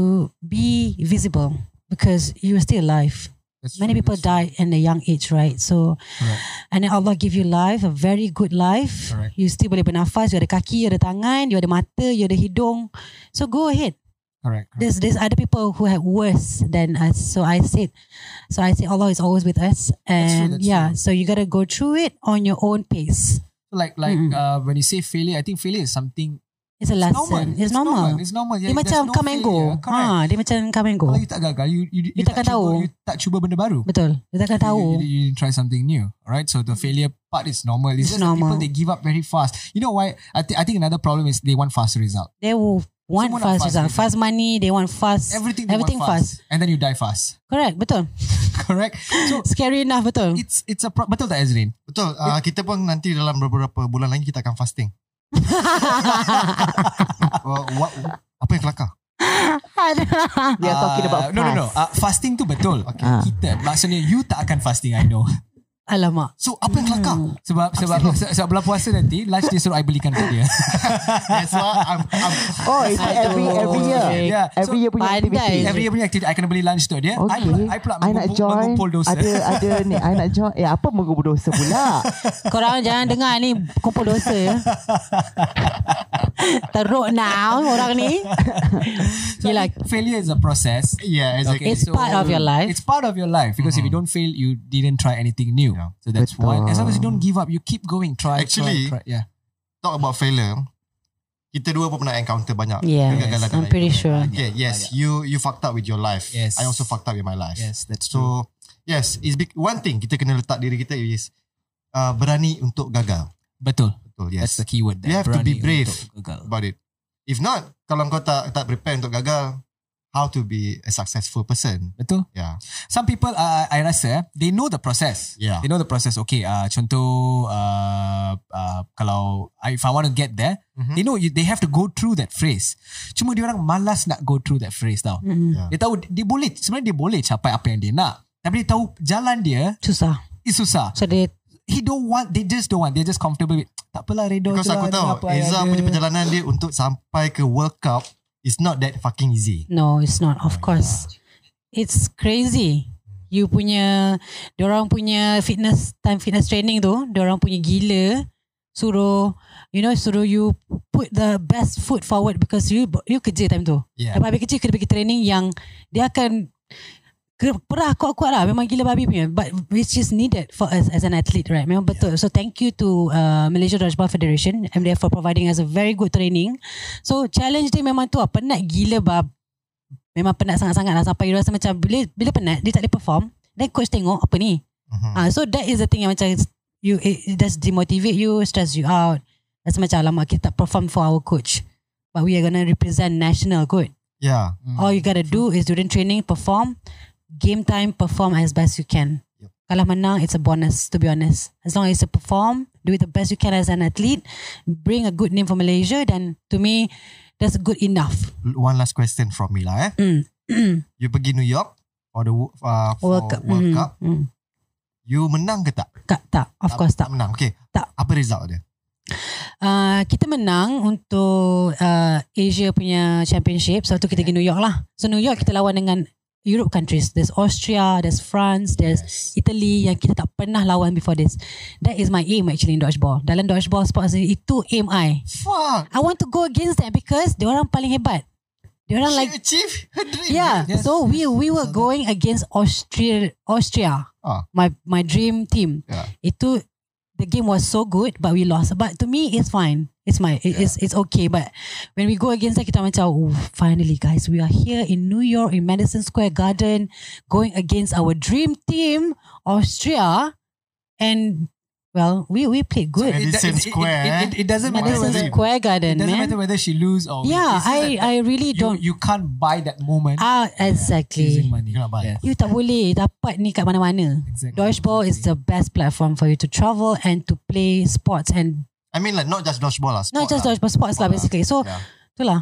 [SPEAKER 3] be visible because you're still alive.
[SPEAKER 1] That's
[SPEAKER 3] Many
[SPEAKER 1] true,
[SPEAKER 3] people
[SPEAKER 1] that's true.
[SPEAKER 3] die in a young age, right? So,
[SPEAKER 1] Correct.
[SPEAKER 3] and then Allah give you life, a very good life.
[SPEAKER 1] Correct.
[SPEAKER 3] You still boleh bernafas. You ada kaki, you ada tangan, you ada mata, you ada hidung. So go ahead.
[SPEAKER 1] Correct. correct.
[SPEAKER 3] there's there's other people who have worse than us. So I said, so I say Allah is always with us, and
[SPEAKER 1] that's
[SPEAKER 3] yeah.
[SPEAKER 1] true.
[SPEAKER 3] So you gotta go through it on your own pace.
[SPEAKER 1] So like like
[SPEAKER 3] Mm-mm.
[SPEAKER 1] uh, when you say failure, I think failure is something
[SPEAKER 3] It's a
[SPEAKER 1] it's
[SPEAKER 3] lesson.
[SPEAKER 1] normal.
[SPEAKER 3] It's normal.
[SPEAKER 1] It's normal. Yeah,
[SPEAKER 3] Dia
[SPEAKER 1] there's
[SPEAKER 3] macam
[SPEAKER 1] no
[SPEAKER 3] come and go.
[SPEAKER 1] failure. Correct.
[SPEAKER 3] Ha, dia macam come and go.
[SPEAKER 1] Kalau you tak gagal, you you, you,
[SPEAKER 3] You takkan
[SPEAKER 1] tak
[SPEAKER 3] tahu.
[SPEAKER 1] Cuba, you tak cuba benda baru.
[SPEAKER 3] Betul. Kita akan tahu. Mm.
[SPEAKER 1] You, you, you try something new, alright? So the failure part is normal. It's,
[SPEAKER 3] It's
[SPEAKER 1] just that people
[SPEAKER 3] normal.
[SPEAKER 1] they give up very fast. You know why? I think I think another problem is they want fast result.
[SPEAKER 3] They will want
[SPEAKER 1] Semua nak
[SPEAKER 3] fast
[SPEAKER 1] fast
[SPEAKER 3] result.
[SPEAKER 1] juga.
[SPEAKER 3] Fast money. They want fast.
[SPEAKER 1] Everything they
[SPEAKER 3] everything
[SPEAKER 1] want fast,
[SPEAKER 3] fast.
[SPEAKER 1] and then you die fast.
[SPEAKER 3] Correct. Betul.
[SPEAKER 1] Correct. So
[SPEAKER 3] Scary enough. Betul.
[SPEAKER 1] it's it's a pro- betul tak Azrin?
[SPEAKER 2] Betul. Uh, kita pun nanti dalam beberapa bulan lagi kita akan fasting. Uh, what, apa yang kelakar?
[SPEAKER 4] We are talking
[SPEAKER 1] Uh,
[SPEAKER 4] about
[SPEAKER 1] no no no.
[SPEAKER 4] fast.
[SPEAKER 1] Uh, fasting tu betul. Okay.
[SPEAKER 4] Ah.
[SPEAKER 1] Kita maksudnya you tak akan fasting I know.
[SPEAKER 3] Alamak.
[SPEAKER 2] So apa yang kelakar?
[SPEAKER 1] Sebab sebab se- sebab bulan puasa nanti lunch dia suruh I belikan kat dia. Hmm.
[SPEAKER 2] That's why I'm, I'm
[SPEAKER 4] Oh, it's
[SPEAKER 3] Aduh.
[SPEAKER 4] every every year.
[SPEAKER 1] Yeah.
[SPEAKER 4] Every
[SPEAKER 1] So-
[SPEAKER 4] year punya
[SPEAKER 3] Pandai.
[SPEAKER 4] activity.
[SPEAKER 1] Every year punya activity I kena beli lunch tu dia. I
[SPEAKER 4] Okay.
[SPEAKER 1] pula, I pula
[SPEAKER 4] I nak
[SPEAKER 1] mengumpul,
[SPEAKER 4] join.
[SPEAKER 1] mengumpul dosa.
[SPEAKER 4] Ada ada ni I nak join. Eh apa mengumpul dosa pula?
[SPEAKER 3] Korang jangan dengar ni kumpul dosa ya. Teruk now orang ni.
[SPEAKER 1] So
[SPEAKER 3] Yelah,
[SPEAKER 1] failure is a process.
[SPEAKER 2] yeah exactly.
[SPEAKER 1] Okay,
[SPEAKER 3] It's part of your life.
[SPEAKER 1] It's part of your life because if you don't fail, you didn't try anything new.
[SPEAKER 2] Yeah.
[SPEAKER 1] So that's
[SPEAKER 4] Betul.
[SPEAKER 1] why. As long as you don't give up, you keep going. Try,
[SPEAKER 2] Actually-
[SPEAKER 1] try, try. Yeah.
[SPEAKER 2] Talk about failure. Kita dua pun pernah encounter banyak
[SPEAKER 3] Yeah.
[SPEAKER 2] kegagalan
[SPEAKER 1] Yes.
[SPEAKER 2] dalam
[SPEAKER 3] I'm pretty
[SPEAKER 2] hidup.
[SPEAKER 3] sure.
[SPEAKER 1] Yeah,
[SPEAKER 2] Okay, yes, you you fucked up with your life.
[SPEAKER 1] Yes.
[SPEAKER 2] I also fucked up with my life.
[SPEAKER 1] Yes, that's true.
[SPEAKER 2] So yes, it's big, one thing kita kena letak diri kita is uh, berani untuk gagal.
[SPEAKER 1] Betul.
[SPEAKER 2] Betul.
[SPEAKER 1] That's
[SPEAKER 2] Yes.
[SPEAKER 1] the key word. there.
[SPEAKER 2] You have to
[SPEAKER 1] Berani
[SPEAKER 2] be brave.
[SPEAKER 1] untuk gagal.
[SPEAKER 2] about it. If not, kalau kau tak tak prepare untuk gagal, how to be a successful person?
[SPEAKER 1] Betul.
[SPEAKER 2] Yeah.
[SPEAKER 1] Some people, uh, I rasa, eh, they know the process.
[SPEAKER 2] Yeah.
[SPEAKER 1] They know the process. Okay, uh, contoh, uh, uh, kalau I- if I want to get there,
[SPEAKER 2] Mhm.
[SPEAKER 1] they know you, they have to go through that phase. Cuma dia orang malas nak go through that phase tau.
[SPEAKER 3] Mm-mm.
[SPEAKER 2] Yeah.
[SPEAKER 1] Dia tahu dia boleh, sebenarnya dia boleh capai apa yang dia nak. Tapi dia tahu jalan dia
[SPEAKER 3] Susah.
[SPEAKER 1] is susah.
[SPEAKER 3] So dia
[SPEAKER 1] he don't want they just don't want they're just comfortable with tak apalah redha
[SPEAKER 2] Because
[SPEAKER 1] je lah,
[SPEAKER 2] aku tahu
[SPEAKER 1] apa yang
[SPEAKER 2] Ezra
[SPEAKER 1] ada."
[SPEAKER 2] punya perjalanan dia untuk sampai ke World Cup is not that fucking easy.
[SPEAKER 3] No, it's not. Of course. It's crazy. You punya, orang punya fitness, time fitness training tu, orang punya gila. Suruh, you know, suruh you put the best foot forward because you you kerja time tu.
[SPEAKER 1] yeah
[SPEAKER 3] Lepas habis kerja, kena pergi training yang dia akan ke- perah kuat-kuat lah. Memang gila babi punya. But which is needed for us as an athlete, right? Memang betul. So thank you to uh, Malaysia Dodgeball Federation MDF for providing us a very good training. So challenge dia memang tu lah. Penat gila bab. Memang penat sangat-sangat lah. Sampai you rasa macam bila, bila penat, dia tak boleh perform. Then coach tengok apa ni.
[SPEAKER 2] Mhm.
[SPEAKER 3] Ah, so that is the thing yang macam it's- you it, it does demotivate you, stress you out. That's macam alamak kita tak perform for our coach. But we are gonna represent national good.
[SPEAKER 2] Yeah.
[SPEAKER 1] Mm.
[SPEAKER 3] All you gotta do is during training perform, game time perform as best you can.
[SPEAKER 2] Yep.
[SPEAKER 3] Kalau menang, it's a bonus. To be honest, as long as you perform, do it the best you can as an athlete, bring a good name for Malaysia. Then to me, that's good enough.
[SPEAKER 2] One last question from me lah eh.
[SPEAKER 3] Mm.
[SPEAKER 2] You pergi New York for the wo- uh, for
[SPEAKER 3] World
[SPEAKER 2] World
[SPEAKER 3] Cup,
[SPEAKER 2] Cup.
[SPEAKER 3] mm. Mm.
[SPEAKER 2] You menang ke tak?
[SPEAKER 3] Ka- tak, of course tak.
[SPEAKER 2] menang. Okay.
[SPEAKER 3] Tak.
[SPEAKER 2] Apa result dia?
[SPEAKER 3] Uh, kita menang untuk uh, Asia punya championship. So tu kita pergi New York lah. So New York kita lawan dengan Europe countries. There's Austria, there's France, there's
[SPEAKER 2] Yes.
[SPEAKER 3] Italy yang kita tak pernah lawan before this. That is my aim actually in dodgeball. Dalam dodgeball sports ni, itu aim I.
[SPEAKER 2] Fuck.
[SPEAKER 3] I want to go against them because dia orang paling hebat. Dia orang
[SPEAKER 2] She
[SPEAKER 3] like
[SPEAKER 2] achieve her dream.
[SPEAKER 3] yeah.
[SPEAKER 1] Yes,
[SPEAKER 3] so we
[SPEAKER 1] yes.
[SPEAKER 3] we were
[SPEAKER 1] So that-
[SPEAKER 3] going against Austria Austria.
[SPEAKER 2] Ah.
[SPEAKER 3] My my dream team.
[SPEAKER 2] Yeah.
[SPEAKER 3] Itu the game was so good but we lost. But to me it's fine. It's my it- it's it's okay but when we go against them kita macam oh, finally guys we are here in New York in Madison Square Garden going against our dream team Austria and well we we played
[SPEAKER 1] So
[SPEAKER 3] good.
[SPEAKER 1] it-
[SPEAKER 2] Madison
[SPEAKER 1] it- it-
[SPEAKER 2] Square,
[SPEAKER 1] it,
[SPEAKER 2] eh?
[SPEAKER 1] it, it doesn't matter
[SPEAKER 3] Madison
[SPEAKER 1] whether
[SPEAKER 3] Square
[SPEAKER 1] it
[SPEAKER 3] Garden
[SPEAKER 1] doesn't
[SPEAKER 3] man.
[SPEAKER 1] matter whether she lose or win.
[SPEAKER 3] Yeah,
[SPEAKER 1] It's just
[SPEAKER 3] I
[SPEAKER 1] that
[SPEAKER 3] I really
[SPEAKER 1] you,
[SPEAKER 3] don't.
[SPEAKER 1] you can't buy that moment
[SPEAKER 3] Ah, exactly.
[SPEAKER 1] losing money
[SPEAKER 2] You cannot buy.
[SPEAKER 1] Yeah,
[SPEAKER 3] You tak boleh dapat ni kat mana-mana.
[SPEAKER 1] exactly.
[SPEAKER 3] Dodgeball is the best platform for you to travel and to play sports and
[SPEAKER 2] I mean like not just dodgeball lah.
[SPEAKER 3] not
[SPEAKER 2] sport
[SPEAKER 3] just
[SPEAKER 2] lah.
[SPEAKER 3] dodgeball sports
[SPEAKER 2] Sport
[SPEAKER 3] lah
[SPEAKER 2] lah.
[SPEAKER 3] basically. So
[SPEAKER 2] Yeah.
[SPEAKER 3] itulah.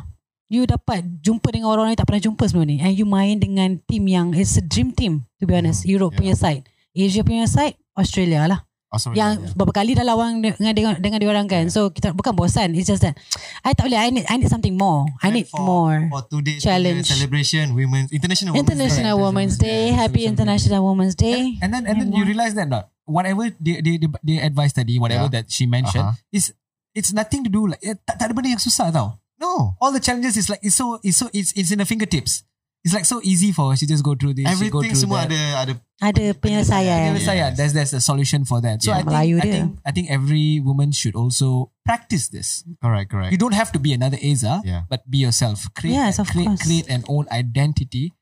[SPEAKER 3] You dapat jumpa dengan orang yang tak pernah jumpa sebelum ni and you main dengan team yang it's a dream team to be honest. Europe
[SPEAKER 2] Yeah.
[SPEAKER 3] punya side, Asia punya side, Australia lah.
[SPEAKER 2] Oh, sorry.
[SPEAKER 3] yang
[SPEAKER 2] yeah.
[SPEAKER 3] berapa kali dah lawang dengan dengan, dengan diorang kan. So kita bukan bosan. It's just that I tak boleh. I need I need something more. I need
[SPEAKER 2] for,
[SPEAKER 3] more.
[SPEAKER 2] For two days, two
[SPEAKER 3] Challenge.
[SPEAKER 2] days celebration, Women's International Women's Day.
[SPEAKER 3] International Women's Day. Happy
[SPEAKER 1] Social
[SPEAKER 3] International Women's Day.
[SPEAKER 1] And then and then you realize that not whatever the the the, the advice tadi whatever that she mentioned is
[SPEAKER 3] Uh-huh.
[SPEAKER 1] it's nothing to do like eh, tak, tak ada benda yang susah tau.
[SPEAKER 2] No.
[SPEAKER 1] All the challenges is like it's so it's so it's it's in the fingertips. It's like so easy for her. She just go through this. she go
[SPEAKER 2] Everything
[SPEAKER 1] through
[SPEAKER 2] semua
[SPEAKER 1] that.
[SPEAKER 2] ada ada
[SPEAKER 3] Ada penyelesaian.
[SPEAKER 1] Yes. Yeah,
[SPEAKER 2] Yes.
[SPEAKER 1] there's there's a solution for that. So I
[SPEAKER 2] Yeah.
[SPEAKER 1] think
[SPEAKER 3] Melayu
[SPEAKER 1] I
[SPEAKER 3] dia.
[SPEAKER 1] think I think every woman should also practice this.
[SPEAKER 2] correct correct.
[SPEAKER 1] You don't have to be another Aza,
[SPEAKER 2] Yeah.
[SPEAKER 1] but be yourself. Create
[SPEAKER 3] Yes, of
[SPEAKER 1] create,
[SPEAKER 3] course.
[SPEAKER 1] create an own identity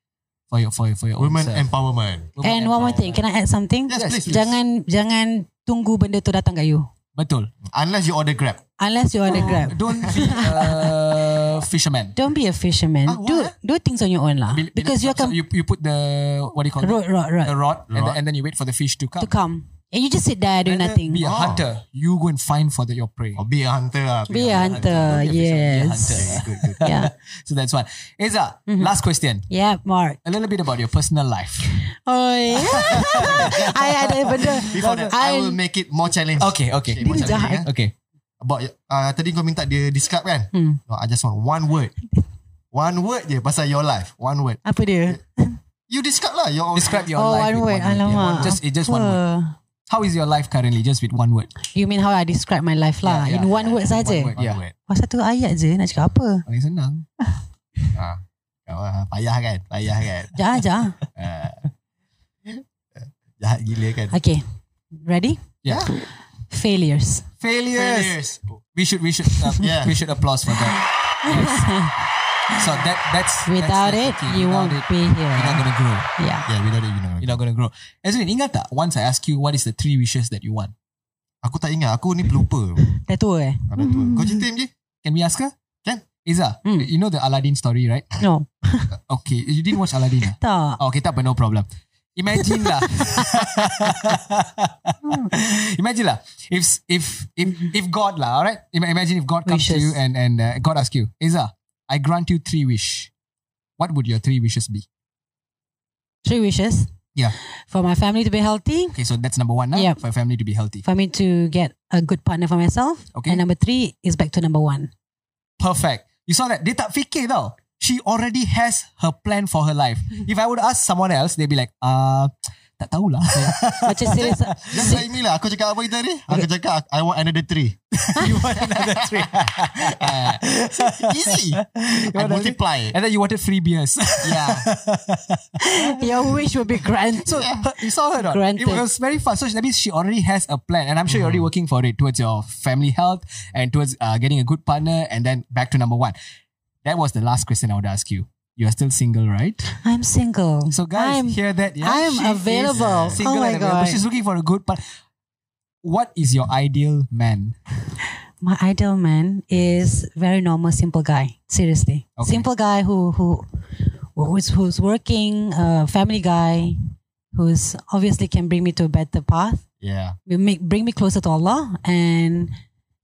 [SPEAKER 1] for your for your, for your
[SPEAKER 2] Women
[SPEAKER 1] own self.
[SPEAKER 2] empowerment.
[SPEAKER 1] Women
[SPEAKER 3] And one more
[SPEAKER 1] empowerment.
[SPEAKER 3] thing, can I add something?
[SPEAKER 2] Yes, please, please.
[SPEAKER 3] Jangan jangan tunggu benda tu datang kat you.
[SPEAKER 1] Betul.
[SPEAKER 2] Unless you order Grab.
[SPEAKER 3] Unless you
[SPEAKER 1] Ah.
[SPEAKER 3] order Grab.
[SPEAKER 1] Don't be a fisherman.
[SPEAKER 3] Don't be a fisherman.
[SPEAKER 2] Ah,
[SPEAKER 3] do
[SPEAKER 2] what?
[SPEAKER 3] do things on your own lah.
[SPEAKER 1] Bil- bil-
[SPEAKER 3] Because you
[SPEAKER 1] so- so
[SPEAKER 3] akan
[SPEAKER 1] you, you put the what do you call
[SPEAKER 3] rod rod
[SPEAKER 1] it?
[SPEAKER 3] rod
[SPEAKER 1] The rod, And,
[SPEAKER 2] Rod.
[SPEAKER 1] then, and then you wait for the fish to come.
[SPEAKER 3] to come. And you just sit there doing
[SPEAKER 1] Rather
[SPEAKER 3] nothing.
[SPEAKER 1] Be a
[SPEAKER 2] Oh.
[SPEAKER 1] hunter. You go and find for the, your prey.
[SPEAKER 2] Or be a hunter lah.
[SPEAKER 3] Be a hunter.
[SPEAKER 1] Don't be a fisherman, be a
[SPEAKER 3] Uh, Yes. Mm-hmm.
[SPEAKER 1] hunter.
[SPEAKER 2] Good, good.
[SPEAKER 3] Yeah.
[SPEAKER 1] so that's one. Isa, last question.
[SPEAKER 3] Yeah, Mark.
[SPEAKER 1] A little bit about your personal life.
[SPEAKER 3] Oh yeah. I ada benda.
[SPEAKER 2] Before that, I,
[SPEAKER 3] I-
[SPEAKER 2] will make it more challenge.
[SPEAKER 1] Okay, okay.
[SPEAKER 2] More
[SPEAKER 3] Dia
[SPEAKER 2] challenging,
[SPEAKER 3] jahat.
[SPEAKER 2] eh.
[SPEAKER 1] Okay.
[SPEAKER 2] About uh, tadi kau minta dia describe kan?
[SPEAKER 3] Hmm.
[SPEAKER 2] No, I just want one word. One word je pasal your life. One word.
[SPEAKER 3] Apa dia?
[SPEAKER 2] You describe lah your own.
[SPEAKER 1] Describe your
[SPEAKER 3] Oh,
[SPEAKER 1] life.
[SPEAKER 3] one
[SPEAKER 1] with
[SPEAKER 3] word.
[SPEAKER 1] yeah.
[SPEAKER 3] Alamak.
[SPEAKER 1] Just, it, just one word.
[SPEAKER 3] Wah.
[SPEAKER 1] How is your life currently? Just with one word.
[SPEAKER 3] You mean how I describe my life lah.
[SPEAKER 1] Yeah, yeah.
[SPEAKER 3] In one word saja.
[SPEAKER 1] word.
[SPEAKER 2] One
[SPEAKER 1] Yeah.
[SPEAKER 2] word.
[SPEAKER 3] Wah, satu ayat je nak cakap apa?
[SPEAKER 1] Paling senang.
[SPEAKER 2] Ah. Kau ah, payah kan? Payah kan?
[SPEAKER 3] Jangan, jangan.
[SPEAKER 2] Ah. Jahat gila kan?
[SPEAKER 3] Okay. Ready?
[SPEAKER 1] Yeah.
[SPEAKER 3] Failures.
[SPEAKER 1] Failures.
[SPEAKER 2] Failures.
[SPEAKER 1] We should, we should, uh,
[SPEAKER 2] Yeah.
[SPEAKER 1] we should applause for that. Yes. so that, that's
[SPEAKER 3] Without
[SPEAKER 1] that's,
[SPEAKER 3] it,
[SPEAKER 1] that's the key.
[SPEAKER 3] you
[SPEAKER 1] Without
[SPEAKER 3] won't
[SPEAKER 1] it,
[SPEAKER 3] be here.
[SPEAKER 1] You're not gonna grow.
[SPEAKER 3] Yeah.
[SPEAKER 2] Yeah, without it, you know.
[SPEAKER 1] You're not gonna grow. Ezrin, ingat tak? Once I ask you, what is the three wishes that you want?
[SPEAKER 2] Aku tak ingat. Aku ni pelupa.
[SPEAKER 3] Dah tua eh?
[SPEAKER 2] Ada tu.
[SPEAKER 1] Hmm.
[SPEAKER 2] Kau cerita MJ?
[SPEAKER 1] Can we ask her?
[SPEAKER 2] Can.
[SPEAKER 1] Iza,
[SPEAKER 3] Hmm.
[SPEAKER 1] you know the Aladdin story, right?
[SPEAKER 3] No.
[SPEAKER 1] Okay, you didn't watch Aladdin. ah?
[SPEAKER 3] Tak.
[SPEAKER 1] Oh, okay, tak apa, no problem. Imagine lah. imagine lah. If if if if God lah, alright. Ima- Imagine if God comes to you
[SPEAKER 3] Wishes.
[SPEAKER 1] and and uh, God asks you, Iza, I grant you three wish. What would your three wishes be?
[SPEAKER 3] Three wishes.
[SPEAKER 1] Yeah.
[SPEAKER 3] For my family to be healthy.
[SPEAKER 1] Okay, so that's number one. Now,
[SPEAKER 3] Yep.
[SPEAKER 1] for your family to be healthy.
[SPEAKER 3] For me to get a good partner for myself.
[SPEAKER 1] Okay.
[SPEAKER 3] And number three is back to number one.
[SPEAKER 1] Perfect. You saw that? Dia tak fikir tau. She already has her plan for her life. If I would ask someone else, they'd be like, uh, tak tahulah.
[SPEAKER 3] Macam serius.
[SPEAKER 2] Just like ni lah. Aku cakap apa tadi? Aku cakap I want another three.
[SPEAKER 1] you want another three.
[SPEAKER 2] Easy. I
[SPEAKER 1] want
[SPEAKER 2] multiply.
[SPEAKER 1] and then you wanted free beers.
[SPEAKER 2] Yeah.
[SPEAKER 3] Your wish will be granted.
[SPEAKER 1] So her- you saw her, not?
[SPEAKER 3] Granted. Mm-hmm.
[SPEAKER 1] It was very fast. So that means she already has a plan, and I'm sure you're already working for it towards your family health and towards uh, getting a good partner, and then back to number one. That was the last question I would ask you. You are still single, right?
[SPEAKER 3] I'm single.
[SPEAKER 1] So guys,
[SPEAKER 3] I'm,
[SPEAKER 1] hear that? Yeah,
[SPEAKER 3] I'm
[SPEAKER 1] She is uh,
[SPEAKER 3] available.
[SPEAKER 1] Single
[SPEAKER 3] Oh my
[SPEAKER 1] and available.
[SPEAKER 3] God.
[SPEAKER 1] She's looking for a good partner. What is your ideal man?
[SPEAKER 3] my ideal man is very normal, simple guy. Seriously,
[SPEAKER 1] Okay.
[SPEAKER 3] simple guy who who who's who's working, uh, family guy, who's obviously can bring me to a better path.
[SPEAKER 2] Yeah.
[SPEAKER 3] will make bring me closer to Allah and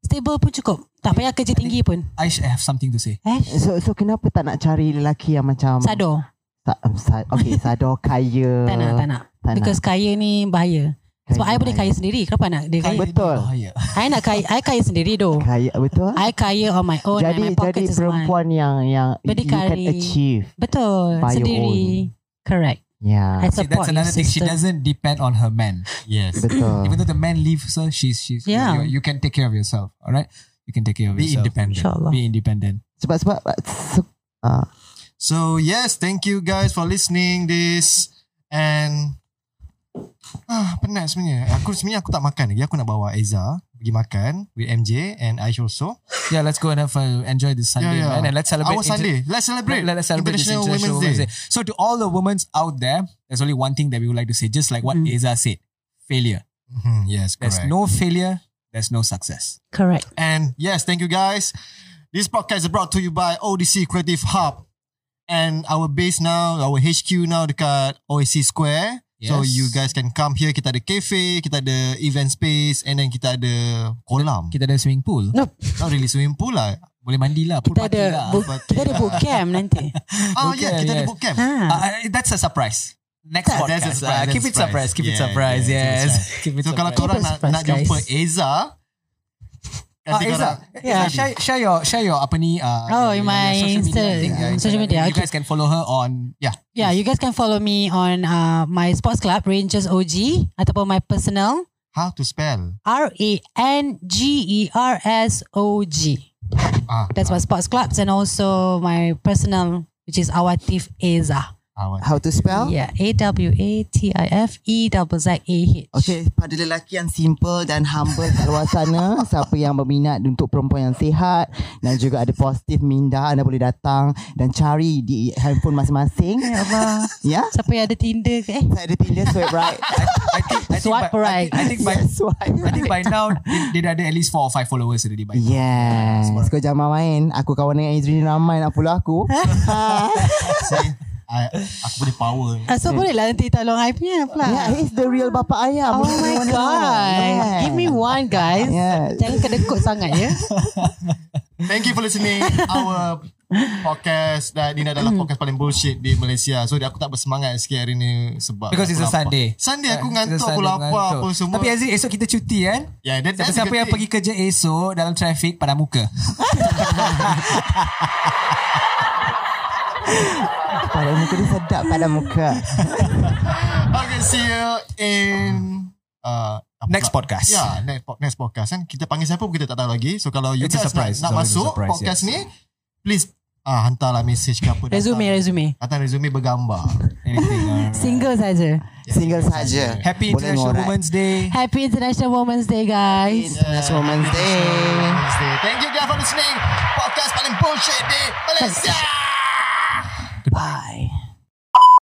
[SPEAKER 3] stable pun cukup. Tak payah kerja tinggi pun.
[SPEAKER 1] I should have something to say.
[SPEAKER 3] Eh,
[SPEAKER 4] So, so kenapa tak nak cari lelaki yang macam
[SPEAKER 3] sado.
[SPEAKER 4] Sa, um, sa, okay, sado kaya.
[SPEAKER 3] Tak nak, tak nak.
[SPEAKER 4] tak nak.
[SPEAKER 3] Because kaya ni bahaya. Sebab
[SPEAKER 4] Kaya
[SPEAKER 3] I boleh kaya sendiri. Kenapa nak dia kaya?
[SPEAKER 4] Betul.
[SPEAKER 1] Oh, yeah.
[SPEAKER 3] I nak kaya, I kaya sendiri doh.
[SPEAKER 4] Kaya betul.
[SPEAKER 3] I kaya on my own and my
[SPEAKER 4] jadi jadi
[SPEAKER 3] pocket is mine.
[SPEAKER 4] perempuan yang yang you can
[SPEAKER 3] Berdikari.
[SPEAKER 4] achieve.
[SPEAKER 3] Betul,
[SPEAKER 4] By your
[SPEAKER 3] sendiri. Correct. I
[SPEAKER 4] Yeah.
[SPEAKER 1] Ah, See, that's
[SPEAKER 3] support your
[SPEAKER 1] another thing. She
[SPEAKER 3] sister.
[SPEAKER 1] doesn't depend on her man.
[SPEAKER 2] Yes.
[SPEAKER 1] Even
[SPEAKER 4] Betul.
[SPEAKER 1] though the man leaves her, she's she's
[SPEAKER 3] Yeah.
[SPEAKER 1] You, you can take care of yourself. All right, you can take care of
[SPEAKER 2] Be
[SPEAKER 1] yourself.
[SPEAKER 2] independent.
[SPEAKER 3] InsyaAllah.
[SPEAKER 1] Be independent.
[SPEAKER 4] Sebab sebab se, uh,
[SPEAKER 2] So yes, thank you guys for listening this and ah penat sebenarnya. Aku sebenarnya aku tak makan kan, lagi. Aku nak bawa Aiza pergi makan with MJ and Aish also.
[SPEAKER 1] Yeah, let's go and have uh, enjoy this Sunday,
[SPEAKER 2] Yeah, yeah.
[SPEAKER 1] man, and let's celebrate.
[SPEAKER 2] Our Sunday. Let's celebrate.
[SPEAKER 1] Let, let us celebrate this International Women's Day. So to all the women out there, there's only one thing that we would like to say, just like what
[SPEAKER 3] Mhm.
[SPEAKER 1] Eza said, failure.
[SPEAKER 2] Mhm, yes,
[SPEAKER 1] There's
[SPEAKER 2] correct.
[SPEAKER 1] no failure. There's no success.
[SPEAKER 3] Correct.
[SPEAKER 2] And yes, thank you guys. This podcast is brought to you by ODC Creative Hub. And our base now, our HQ now dekat OAC Square. So
[SPEAKER 1] Yes.
[SPEAKER 2] you guys can come here. Kita ada cafe, kita ada event space and then kita ada kolam.
[SPEAKER 1] Kita ada swimming pool.
[SPEAKER 3] Nope.
[SPEAKER 2] Not really swimming pool lah.
[SPEAKER 1] Boleh mandi lah. Pool
[SPEAKER 3] Kita
[SPEAKER 1] party
[SPEAKER 3] ada
[SPEAKER 1] lah.
[SPEAKER 3] book,
[SPEAKER 2] party
[SPEAKER 3] kita ada boot camp nanti.
[SPEAKER 2] Oh
[SPEAKER 1] Boot
[SPEAKER 2] yeah,
[SPEAKER 1] camp,
[SPEAKER 2] kita ada
[SPEAKER 1] yes.
[SPEAKER 2] boot camp.
[SPEAKER 3] Ha.
[SPEAKER 1] Uh, uh, Ah, that's a surprise. next
[SPEAKER 2] Ah,
[SPEAKER 1] podcast.
[SPEAKER 2] that's a surprise,
[SPEAKER 1] lah.
[SPEAKER 2] that's
[SPEAKER 1] keep
[SPEAKER 2] a
[SPEAKER 1] it surprise. Keep it
[SPEAKER 2] surprise.
[SPEAKER 1] surprise.
[SPEAKER 2] Yeah, yeah,
[SPEAKER 1] yes.
[SPEAKER 2] that's
[SPEAKER 1] Keep it
[SPEAKER 2] So kalau
[SPEAKER 1] surprise.
[SPEAKER 2] korang
[SPEAKER 3] Keep it
[SPEAKER 2] nak,
[SPEAKER 3] surprise,
[SPEAKER 2] nak jumpa
[SPEAKER 3] guys.
[SPEAKER 2] Eza,
[SPEAKER 1] Ah,
[SPEAKER 2] nanti
[SPEAKER 1] Ezra,
[SPEAKER 2] korang-
[SPEAKER 1] yeah, share, share your share your apa ni uh,
[SPEAKER 3] Oh,
[SPEAKER 1] your-
[SPEAKER 3] in
[SPEAKER 1] your
[SPEAKER 3] my
[SPEAKER 1] social media,
[SPEAKER 3] Insta-
[SPEAKER 1] I think, yeah,
[SPEAKER 3] social
[SPEAKER 1] Instagram.
[SPEAKER 3] media,
[SPEAKER 1] You
[SPEAKER 3] okay.
[SPEAKER 1] guys can follow her on yeah.
[SPEAKER 3] Yeah, you guys can follow me on uh, my sports club Rangers OG ataupun my personal
[SPEAKER 2] How to spell?
[SPEAKER 3] R A N G E R S O G.
[SPEAKER 2] Ah,
[SPEAKER 3] That's my sports clubs and also my personal which is Awatif Eza.
[SPEAKER 2] awak.
[SPEAKER 4] How to spell?
[SPEAKER 3] Yeah, A W A T I F E double Z A H.
[SPEAKER 4] Okay, pada lelaki yang simple dan humble kat luar sana, siapa yang berminat untuk perempuan yang sihat dan juga ada positif minda, anda boleh datang dan cari di handphone masing-masing. Ya Allah. Ya?
[SPEAKER 3] Siapa yang ada Tinder ke? Eh?
[SPEAKER 4] Saya ada Tinder swipe right.
[SPEAKER 1] I think, I think
[SPEAKER 3] Swipe
[SPEAKER 1] by, I
[SPEAKER 3] right.
[SPEAKER 1] think, I think by
[SPEAKER 4] swipe
[SPEAKER 1] I think
[SPEAKER 4] right.
[SPEAKER 1] by now they, they dah ada at least four or five followers already by. now.
[SPEAKER 4] Yes. Kau jangan main. Aku kawan dengan Izrin ramai nak pula aku.
[SPEAKER 2] Saya, I- aku boleh power.
[SPEAKER 3] Ah, so
[SPEAKER 1] Hmm.
[SPEAKER 3] boleh lah nanti tolong I punya pula.
[SPEAKER 4] yeah, he's the real bapa
[SPEAKER 3] Oh my
[SPEAKER 4] ayam. Mana-mana.
[SPEAKER 3] god.
[SPEAKER 4] Yeah.
[SPEAKER 3] Give me one guys.
[SPEAKER 4] Yes.
[SPEAKER 3] Jangan kedekut sangat ya.
[SPEAKER 2] Thank you for listening our podcast dan ini adalah podcast paling bullshit di Malaysia. So aku tak bersemangat sikit hari ni sebab
[SPEAKER 1] Because it's a
[SPEAKER 2] aku lapar.
[SPEAKER 1] Sunday.
[SPEAKER 2] Sunday aku
[SPEAKER 1] Yeah,
[SPEAKER 2] ngantuk,
[SPEAKER 1] it's a
[SPEAKER 2] aku
[SPEAKER 1] Sunday,
[SPEAKER 2] lapar
[SPEAKER 1] Eh, ngantuk.
[SPEAKER 2] apa semua.
[SPEAKER 1] Tapi Azri esok kita cuti kan?
[SPEAKER 2] Ya, yeah,
[SPEAKER 1] Siapa, siapa yang pergi kerja esok dalam trafik pada muka.
[SPEAKER 4] Pada muka dia sedap pada muka.
[SPEAKER 2] Okay, see you in uh, apa
[SPEAKER 1] Next
[SPEAKER 2] pula?
[SPEAKER 1] podcast.
[SPEAKER 2] Ya, next, po- next podcast kan kita panggil siapa pun kita tak tahu lagi. So kalau you
[SPEAKER 1] It's a
[SPEAKER 2] guys
[SPEAKER 1] surprise.
[SPEAKER 2] nak, nak
[SPEAKER 1] It's always a
[SPEAKER 2] masuk
[SPEAKER 1] surprise,
[SPEAKER 2] podcast
[SPEAKER 1] yes.
[SPEAKER 2] ni, please ah, hantarlah message ke apa.
[SPEAKER 3] Resume,
[SPEAKER 2] datang.
[SPEAKER 3] resume.
[SPEAKER 2] Hantar resume bergambar.
[SPEAKER 1] Anything. uh, alright.
[SPEAKER 3] Single saja.
[SPEAKER 4] Single saja.
[SPEAKER 1] Happy
[SPEAKER 4] Boleh
[SPEAKER 1] International
[SPEAKER 4] ngorak.
[SPEAKER 1] Women's Day.
[SPEAKER 3] Happy International Women's Day, guys.
[SPEAKER 4] International Women's Day.
[SPEAKER 2] Thank you guys for listening. Podcast paling bullshit di Malaysia.